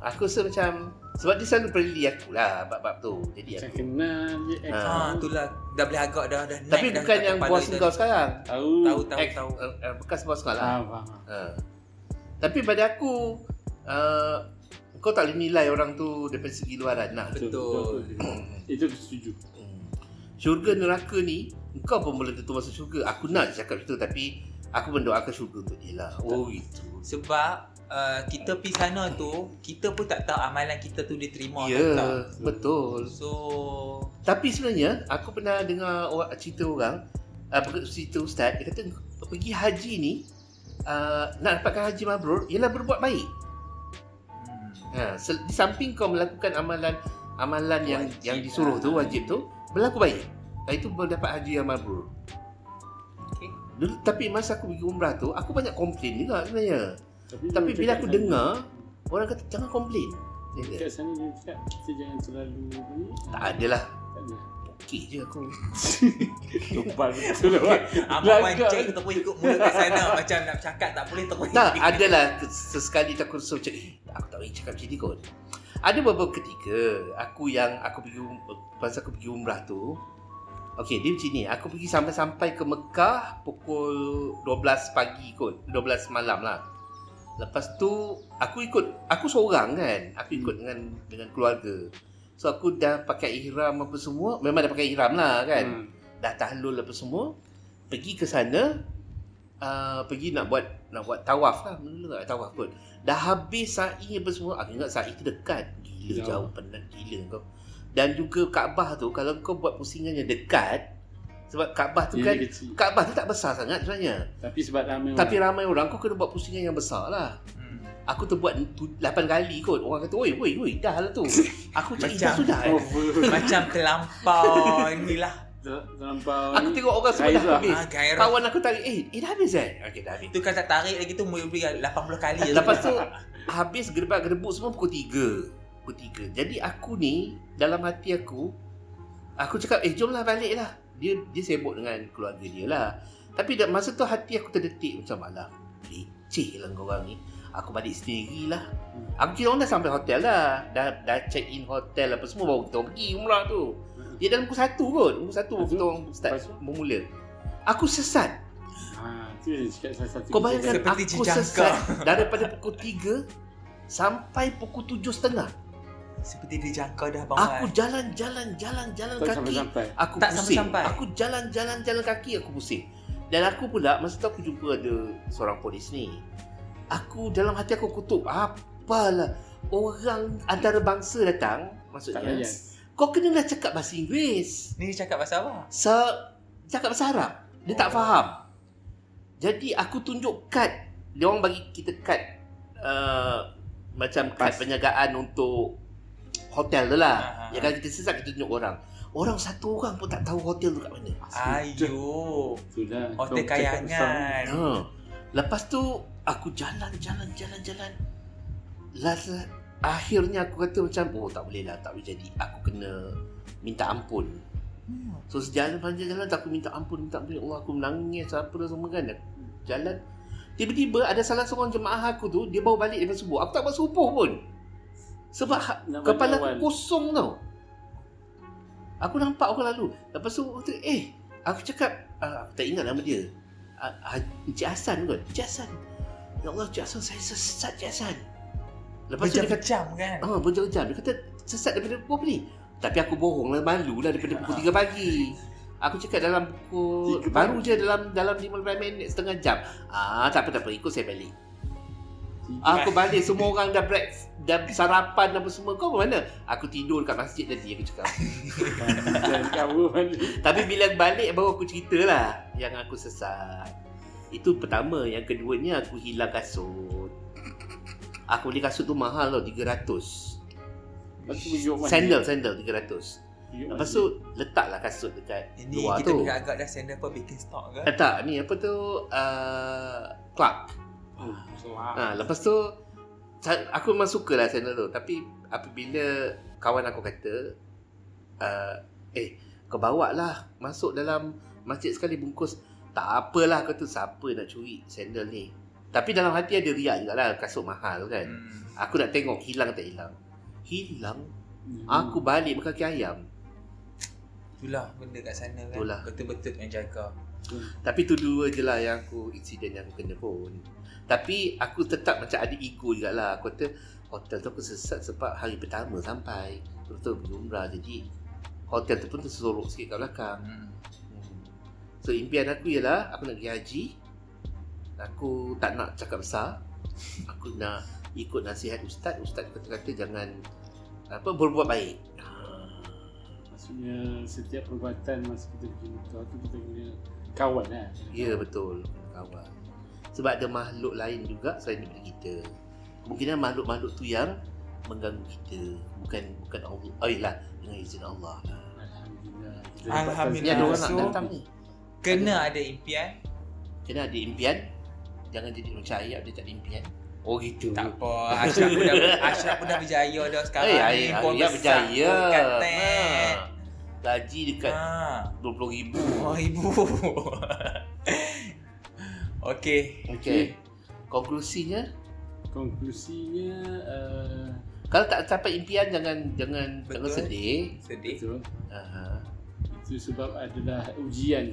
[SPEAKER 1] Aku rasa macam Sebab dia selalu perli aku lah Bab-bab tu Jadi
[SPEAKER 2] Macam
[SPEAKER 1] aku
[SPEAKER 2] kenal je eh, ex
[SPEAKER 1] Ah.
[SPEAKER 3] Ha, itulah dah boleh agak dah dah
[SPEAKER 1] Tapi
[SPEAKER 3] naik dah
[SPEAKER 1] bukan
[SPEAKER 3] kat
[SPEAKER 1] yang
[SPEAKER 3] kepala
[SPEAKER 1] bos
[SPEAKER 3] dah.
[SPEAKER 1] kau sekarang
[SPEAKER 2] Tahu Ah,
[SPEAKER 3] Tahu tahu
[SPEAKER 1] Ex-
[SPEAKER 3] tahu.
[SPEAKER 1] uh, uh, bekas bos kau lah.
[SPEAKER 2] Faham faham
[SPEAKER 1] Ha. Tapi pada aku uh, kau tak boleh nilai orang tu daripada segi luaran lah.
[SPEAKER 3] Betul.
[SPEAKER 2] Itu aku setuju
[SPEAKER 1] Hmm. Syurga neraka ni kau pun boleh tentu masuk syurga. Aku nak cakap itu tapi aku mendoakan syurga untuk dia lah. Oh itu.
[SPEAKER 3] Sebab uh, kita pergi sana tu, kita pun tak tahu amalan kita tu diterima
[SPEAKER 1] Ya,
[SPEAKER 3] yeah. tak.
[SPEAKER 1] betul.
[SPEAKER 3] So,
[SPEAKER 1] Tapi sebenarnya aku pernah dengar orang, cerita orang uh, cerita ustaz dia kata pergi haji ni uh, nak dapatkan haji mabrur ialah berbuat baik.
[SPEAKER 3] hmm,
[SPEAKER 1] Ha, se- di samping kau melakukan amalan amalan yang
[SPEAKER 3] Wajib
[SPEAKER 1] yang disuruh tu
[SPEAKER 3] lah.
[SPEAKER 1] wajib tu berlaku baik. Ha, itu boleh dapat haji yang mabrur.
[SPEAKER 3] okay.
[SPEAKER 1] Dulu, tapi masa aku pergi umrah tu aku banyak komplain juga sebenarnya. Tapi
[SPEAKER 2] dia
[SPEAKER 1] bila
[SPEAKER 2] cakap
[SPEAKER 1] aku
[SPEAKER 2] sana-
[SPEAKER 1] dengar orang kata jangan komplain. Dia kata,
[SPEAKER 2] Dekat sana dia cakap Kita jangan terlalu ni.
[SPEAKER 1] Tak adalah.
[SPEAKER 2] Tak ada
[SPEAKER 1] Okey je aku.
[SPEAKER 2] Tumpal betul lah
[SPEAKER 3] Abang Wan
[SPEAKER 2] Belagak.
[SPEAKER 3] Cik terus ikut mula kat sana Macam nak cakap tak boleh Hmm. terus
[SPEAKER 1] Tak, adalah sesekali tu aku rasa macam eh, aku tak boleh cakap macam ni kot. Ada beberapa ketika aku yang aku pergi um- masa aku pergi umrah tu Okey, dia macam ni. Aku pergi sampai-sampai ke Mekah pukul 12 pagi kot. 12 malam lah. Lepas tu aku ikut aku seorang kan. Aku ikut dengan dengan keluarga. So aku dah pakai ihram apa semua. Memang dah pakai ihram lah kan
[SPEAKER 2] Hmm.
[SPEAKER 1] dah tahlul apa semua pergi ke sana uh, pergi nak buat nak buat tawaf lah mula nak tawaf kot dah habis sa'i apa semua aku ingat sa'i tu dekat gila jauh,
[SPEAKER 2] Jauh.
[SPEAKER 1] jauh penat gila kau dan juga Kaabah tu kalau kau buat pusingan yang dekat sebab Kaabah tu
[SPEAKER 2] Dia
[SPEAKER 1] kan
[SPEAKER 2] kecil
[SPEAKER 1] Kaabah tu tak besar sangat sebenarnya
[SPEAKER 2] Tapi sebab ramai
[SPEAKER 1] tapi ramai orang kau kena buat pusingan yang besar lah
[SPEAKER 3] hmm.
[SPEAKER 1] aku tu buat 8 kali kot orang kata oi oi oi dah lah tu aku cakap "Eh, dah
[SPEAKER 3] Macam-
[SPEAKER 1] sudah
[SPEAKER 2] Oh.
[SPEAKER 1] eh.
[SPEAKER 2] Over
[SPEAKER 3] Macam terlampau Inilah
[SPEAKER 2] Terlampau
[SPEAKER 1] aku
[SPEAKER 2] ni.
[SPEAKER 1] tengok orang semua dah
[SPEAKER 2] Gairah.
[SPEAKER 1] habis
[SPEAKER 3] ah, Gairah
[SPEAKER 1] kawan aku tarik eh, eh dah habis eh okey dah habis
[SPEAKER 3] Tu kan tak tarik lagi tu Mula beli 80 kali je
[SPEAKER 1] Lepas tu habis gerbak-gerbuk semua pukul 3. Pukul 3. Jadi aku ni dalam hati aku aku cakap eh jomlah balik lah. Dia dia sibuk dengan keluarga dia lah. Tapi dah, masa tu hati aku terdetik macam alah leceh lah korang ni. Aku balik sendiri lah. Aku kira orang dah sampai hotel lah. Dah, dah check in hotel apa semua baru kita orang pergi umrah Hmm. tu. Dia dalam pukul 1 kot. Pukul 1 baru kita orang start
[SPEAKER 2] Lepas tu?
[SPEAKER 1] bermula. Aku sesat.
[SPEAKER 2] Ha, tu yang cakap salah satu.
[SPEAKER 1] Kau bayangkan
[SPEAKER 3] Seperti
[SPEAKER 1] aku
[SPEAKER 3] jejaka.
[SPEAKER 1] sesat daripada pukul 3 sampai pukul 7.30.
[SPEAKER 3] Seperti dijangka dah bang
[SPEAKER 1] Aku
[SPEAKER 3] Wan.
[SPEAKER 1] jalan-jalan jalan-jalan
[SPEAKER 2] Tak
[SPEAKER 1] kaki.
[SPEAKER 2] sampai-sampai.
[SPEAKER 1] Aku
[SPEAKER 3] Tak
[SPEAKER 1] pusing.
[SPEAKER 3] sampai-sampai.
[SPEAKER 1] Aku jalan-jalan jalan kaki aku pusing. Dan aku pula masa tu aku jumpa ada seorang polis ni. Aku dalam hati aku kutuk, apalah orang antarabangsa datang
[SPEAKER 2] Tak
[SPEAKER 1] maksudnya.
[SPEAKER 2] layan.
[SPEAKER 1] Kau kenalah cakap bahasa Inggeris.
[SPEAKER 3] Ni cakap pasal apa?
[SPEAKER 1] Se cakap bahasa Arab. Dia tak
[SPEAKER 3] Oh.
[SPEAKER 1] faham. Jadi aku tunjuk kad. Dia orang bagi kita kad uh, macam kad
[SPEAKER 2] Pas.
[SPEAKER 1] penjagaan untuk hotel tu lah.
[SPEAKER 3] Ah, ah,
[SPEAKER 1] Ya kan kita sesat kita tunjuk orang. Orang satu orang pun tak tahu hotel tu kat mana.
[SPEAKER 3] Ah. Ayo.
[SPEAKER 2] Itulah.
[SPEAKER 3] Hotel kan. kayangan.
[SPEAKER 1] Ha. Lepas tu aku jalan jalan jalan jalan. Last akhirnya aku kata macam oh tak boleh lah tak boleh jadi. Aku kena minta ampun.
[SPEAKER 3] Hmm.
[SPEAKER 1] So sejalan panjang jalan tu aku minta ampun minta ampun Ya Allah aku menangis apa dah semua kan Aku Jalan Tiba-tiba ada salah seorang jemaah aku tu Dia baru balik daripada subuh Aku tak buat subuh pun Sebab ha-
[SPEAKER 2] Nak balik
[SPEAKER 1] kepala
[SPEAKER 2] awal.
[SPEAKER 1] aku kosong tau Aku nampak orang lalu Lepas tu aku kata eh Aku cakap ah, Aku tak ingat nama dia Ah, ah, Encik Hasan kot Encik Hasan Ya Allah Encik Hasan saya sesat Encik Hasan Lepas tu dia kata
[SPEAKER 3] Berjam-jam kan?
[SPEAKER 1] Ah, berjam-jam. Dia kata sesat daripada pukul ni. Tapi aku bohong lah, malu lah daripada pukul 3 pagi. Aku cakap dalam pukul
[SPEAKER 2] Tiga
[SPEAKER 1] baru
[SPEAKER 2] pagi.
[SPEAKER 1] je dalam dalam 15 minit setengah jam. Ah, tak apa tak apa ikut saya balik. Aku balik semua orang dah break dah sarapan apa semua. Kau mana? Aku tidur kat masjid tadi aku cakap.
[SPEAKER 2] Dan kamu balik.
[SPEAKER 1] Tapi bila balik baru aku ceritalah yang aku sesat. Itu pertama, yang keduanya aku hilang kasut. Aku beli kasut tu mahal tau 300.
[SPEAKER 2] Lepas tu Ah, pergi rumah.
[SPEAKER 1] Sandal sandal 300.
[SPEAKER 2] Pergi rumah
[SPEAKER 1] Lepas tu letaklah kasut dekat
[SPEAKER 3] Ini
[SPEAKER 1] luar
[SPEAKER 3] kita
[SPEAKER 1] Ah, tu.
[SPEAKER 3] agak agak dah sender apa baking stock ke?
[SPEAKER 1] Eh, tak, ni apa tu uh, Clark.
[SPEAKER 2] Oh, selap.
[SPEAKER 1] Ha, lepas tu sa- aku memang suka lah channel tu tapi apabila kawan aku kata uh, eh kau bawa lah masuk dalam masjid sekali bungkus tak apalah kau tu siapa nak curi sandal ni tapi dalam hati ada riak jugalah kasut mahal kan
[SPEAKER 3] Hmm.
[SPEAKER 1] aku nak tengok hilang tak hilang hilang
[SPEAKER 2] Hmm.
[SPEAKER 1] aku balik berkaki ayam
[SPEAKER 3] Itulah benda kat sana kan.
[SPEAKER 1] Itulah.
[SPEAKER 3] Betul-betul yang jaga.
[SPEAKER 1] Tapi tu dua je lah yang aku Insiden yang aku kena pun Tapi aku tetap macam ada ego jugalah Aku kata hotel tu aku sesat sebab hari pertama sampai Lepas tu pergi umrah jadi Hotel tu pun tersorok sikit kat belakang
[SPEAKER 3] Hmm.
[SPEAKER 1] So impian aku ialah Aku nak pergi haji Aku tak nak cakap besar Aku nak ikut nasihat ustaz Ustaz kata-kata jangan apa berbuat baik
[SPEAKER 2] Hmm. Maksudnya setiap perubatan masa kita pergi Mekah tu kita kena kawan lah.
[SPEAKER 1] Ya betul kawan. Sebab ada makhluk lain juga selain daripada kita. Kemungkinan makhluk-makhluk tu yang mengganggu kita. Bukan bukan Allah. Oh lah dengan izin Allah. lah.
[SPEAKER 2] Alhamdulillah. Kita
[SPEAKER 3] Alhamdulillah.
[SPEAKER 2] dapatkan
[SPEAKER 1] Ni ada orang nak
[SPEAKER 3] So-
[SPEAKER 1] datang ni.
[SPEAKER 3] Kena ada impian.
[SPEAKER 1] Kena ada impian. Jangan jadi macam ayat dia tak ada impian. Oh gitu.
[SPEAKER 3] Tak apa. Ashraf pun dah, Ashraf pun dah berjaya dah sekarang.
[SPEAKER 1] Eh, ayat
[SPEAKER 3] Pun
[SPEAKER 1] ayat
[SPEAKER 3] besar
[SPEAKER 1] berjaya.
[SPEAKER 3] pun Kata.
[SPEAKER 1] Ha. Gaji dekat
[SPEAKER 3] Ha.
[SPEAKER 1] RM20,000.
[SPEAKER 3] Oh, ibu. Okey.
[SPEAKER 1] Okey. Konklusinya,
[SPEAKER 2] Konklusinya
[SPEAKER 3] Eh?
[SPEAKER 2] uh,
[SPEAKER 1] kalau tak capai impian jangan jangan jangan
[SPEAKER 3] Betul.
[SPEAKER 1] sedih.
[SPEAKER 3] Sedih.
[SPEAKER 2] betul.
[SPEAKER 1] Aha.
[SPEAKER 2] Itu sebab adalah ujian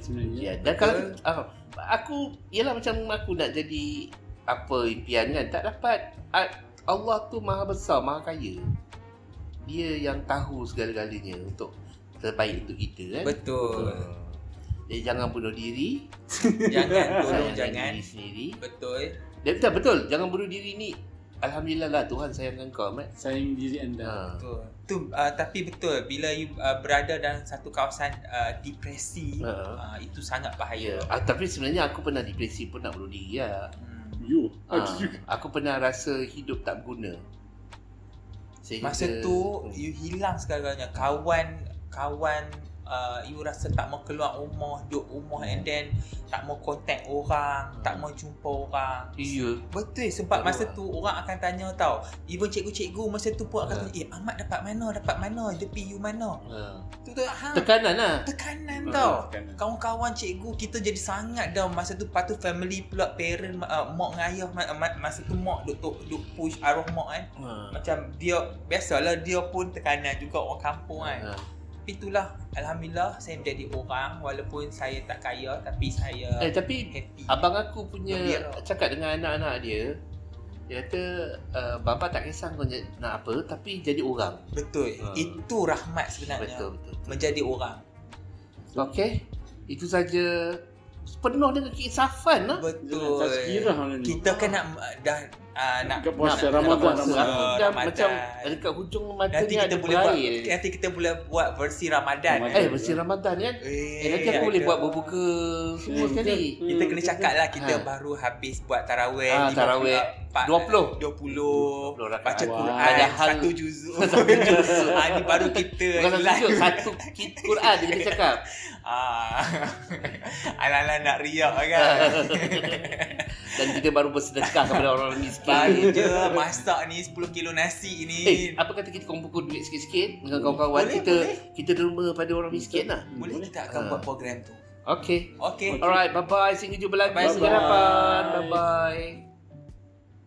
[SPEAKER 1] Ya,
[SPEAKER 2] sebenarnya.
[SPEAKER 1] dan kalau uh, aku ialah macam aku nak jadi apa impian kan tak dapat. A- Allah tu Maha Besar, Maha Kaya. Dia yang tahu segala-galanya untuk terbaik untuk kita kan.
[SPEAKER 3] Betul.
[SPEAKER 1] Jadi jangan bunuh diri,
[SPEAKER 3] Jangan tolong
[SPEAKER 1] sayangi
[SPEAKER 3] jangan.
[SPEAKER 1] diri sendiri.
[SPEAKER 3] Betul.
[SPEAKER 1] Dan betul, betul, jangan bunuh diri ni. Alhamdulillah lah Tuhan sayangkan kau, Mat.
[SPEAKER 2] Sayang diri anda.
[SPEAKER 1] Ha.
[SPEAKER 3] Betul. Tu uh, tapi betul bila you uh, berada dalam satu kawasan uh, depresi
[SPEAKER 1] Ha.
[SPEAKER 3] uh, itu sangat
[SPEAKER 1] Ya,
[SPEAKER 3] bahaya.
[SPEAKER 1] ah, tapi sebenarnya aku pernah depresi pun nak bunuh diri lah.
[SPEAKER 3] Hmm.
[SPEAKER 2] You.
[SPEAKER 1] Ha,
[SPEAKER 2] Aku juga.
[SPEAKER 1] aku pernah rasa hidup tak berguna. Sehingga,
[SPEAKER 3] Masa tu
[SPEAKER 1] Hmm.
[SPEAKER 3] you hilang segalanya. Kawan kawan uh, you rasa tak mau keluar rumah, duduk rumah and then tak mau contact orang,
[SPEAKER 1] Hmm.
[SPEAKER 3] tak mau jumpa orang.
[SPEAKER 1] Ya,
[SPEAKER 3] Betul lah. sebab
[SPEAKER 1] Tak
[SPEAKER 3] masa
[SPEAKER 1] keluar.
[SPEAKER 3] tu orang akan tanya tau. Even cikgu-cikgu masa tu pun
[SPEAKER 1] Ha.
[SPEAKER 3] akan tanya, "Eh, Ahmad dapat mana? Dapat mana? Depi you mana?"
[SPEAKER 1] Ha.
[SPEAKER 3] Tu tu hang
[SPEAKER 1] Tekanan lah.
[SPEAKER 3] tekanan
[SPEAKER 2] Ha,
[SPEAKER 3] tau.
[SPEAKER 2] tekanan.
[SPEAKER 3] Kawan-kawan cikgu kita jadi sangat dah masa tu patu family pula parent uh, mak dengan ayah ma- ma- masa tu mak duk duk, duk push arwah mak kan.
[SPEAKER 1] Ha.
[SPEAKER 3] Macam dia biasalah dia pun tekanan juga orang kampung kan.
[SPEAKER 1] Ha.
[SPEAKER 3] Tapi itulah Alhamdulillah saya menjadi orang Walaupun saya tak kaya Tapi saya
[SPEAKER 1] Eh tapi
[SPEAKER 3] happy
[SPEAKER 1] abang aku punya
[SPEAKER 3] Gembira.
[SPEAKER 1] cakap dengan anak-anak dia dia kata uh, bapa tak kisah kau nak nak apa tapi jadi orang.
[SPEAKER 3] Ya, Betul
[SPEAKER 1] Ha.
[SPEAKER 3] Itu rahmat sebenarnya
[SPEAKER 1] Betul betul.
[SPEAKER 3] Menjadi orang
[SPEAKER 1] Okey. Itu saja penuh dengan keinsafan lah.
[SPEAKER 2] Jangan
[SPEAKER 3] Betul
[SPEAKER 2] tazkirah orang ni.
[SPEAKER 3] Kita kan nak Dah ah, nak
[SPEAKER 2] Dekat puasa
[SPEAKER 1] Nak-
[SPEAKER 2] Ramadan.
[SPEAKER 1] nak puasa.
[SPEAKER 2] Ramadan.
[SPEAKER 1] Aku dah
[SPEAKER 3] Ramadan.
[SPEAKER 1] macam dekat hujung mata
[SPEAKER 3] Nanti
[SPEAKER 1] ni
[SPEAKER 3] kita
[SPEAKER 1] ada
[SPEAKER 3] boleh buat
[SPEAKER 1] berair.
[SPEAKER 3] Nanti kita boleh buat versi Ramadan
[SPEAKER 2] Ramadan.
[SPEAKER 1] Eh, versi Ramadan kan?
[SPEAKER 3] Eh,
[SPEAKER 1] Eh, nanti aku boleh buat berbuka semua
[SPEAKER 2] Hmm.
[SPEAKER 1] sekali.
[SPEAKER 3] Kita kena cakap lah kita
[SPEAKER 1] Ha.
[SPEAKER 3] baru habis buat tarawih
[SPEAKER 1] Ah, tarawih. 20.
[SPEAKER 3] 20 20
[SPEAKER 1] Belum
[SPEAKER 3] baca
[SPEAKER 1] rakan.
[SPEAKER 2] Wah.
[SPEAKER 3] Quran
[SPEAKER 1] Ada hal-
[SPEAKER 3] satu juzuk.
[SPEAKER 1] Satu juzuk.
[SPEAKER 3] ah ni baru kita
[SPEAKER 1] Bukan satu
[SPEAKER 3] live.
[SPEAKER 1] juz, satu kit Quran dia kena cakap.
[SPEAKER 3] Ah. Ala-ala nak riak
[SPEAKER 1] Ah.
[SPEAKER 3] kan.
[SPEAKER 1] Dan kita baru bersedekah kepada orang-orang
[SPEAKER 3] baru
[SPEAKER 1] miskin.
[SPEAKER 3] je masak ni 10 kilo nasi ni.
[SPEAKER 1] Eh, apa kata kita kumpul duit sikit-sikit dengan kawan-kawan
[SPEAKER 3] Hmm. Boleh,
[SPEAKER 1] kita
[SPEAKER 3] boleh.
[SPEAKER 1] kita derma pada orang miskin lah.
[SPEAKER 3] boleh kita akan
[SPEAKER 1] Ah.
[SPEAKER 3] buat program tu.
[SPEAKER 1] Okay.
[SPEAKER 3] Okey.
[SPEAKER 1] Alright, bye-bye. Sehingga jumpa lagi.
[SPEAKER 3] Bye-bye.
[SPEAKER 1] Bye-bye. Bye-bye.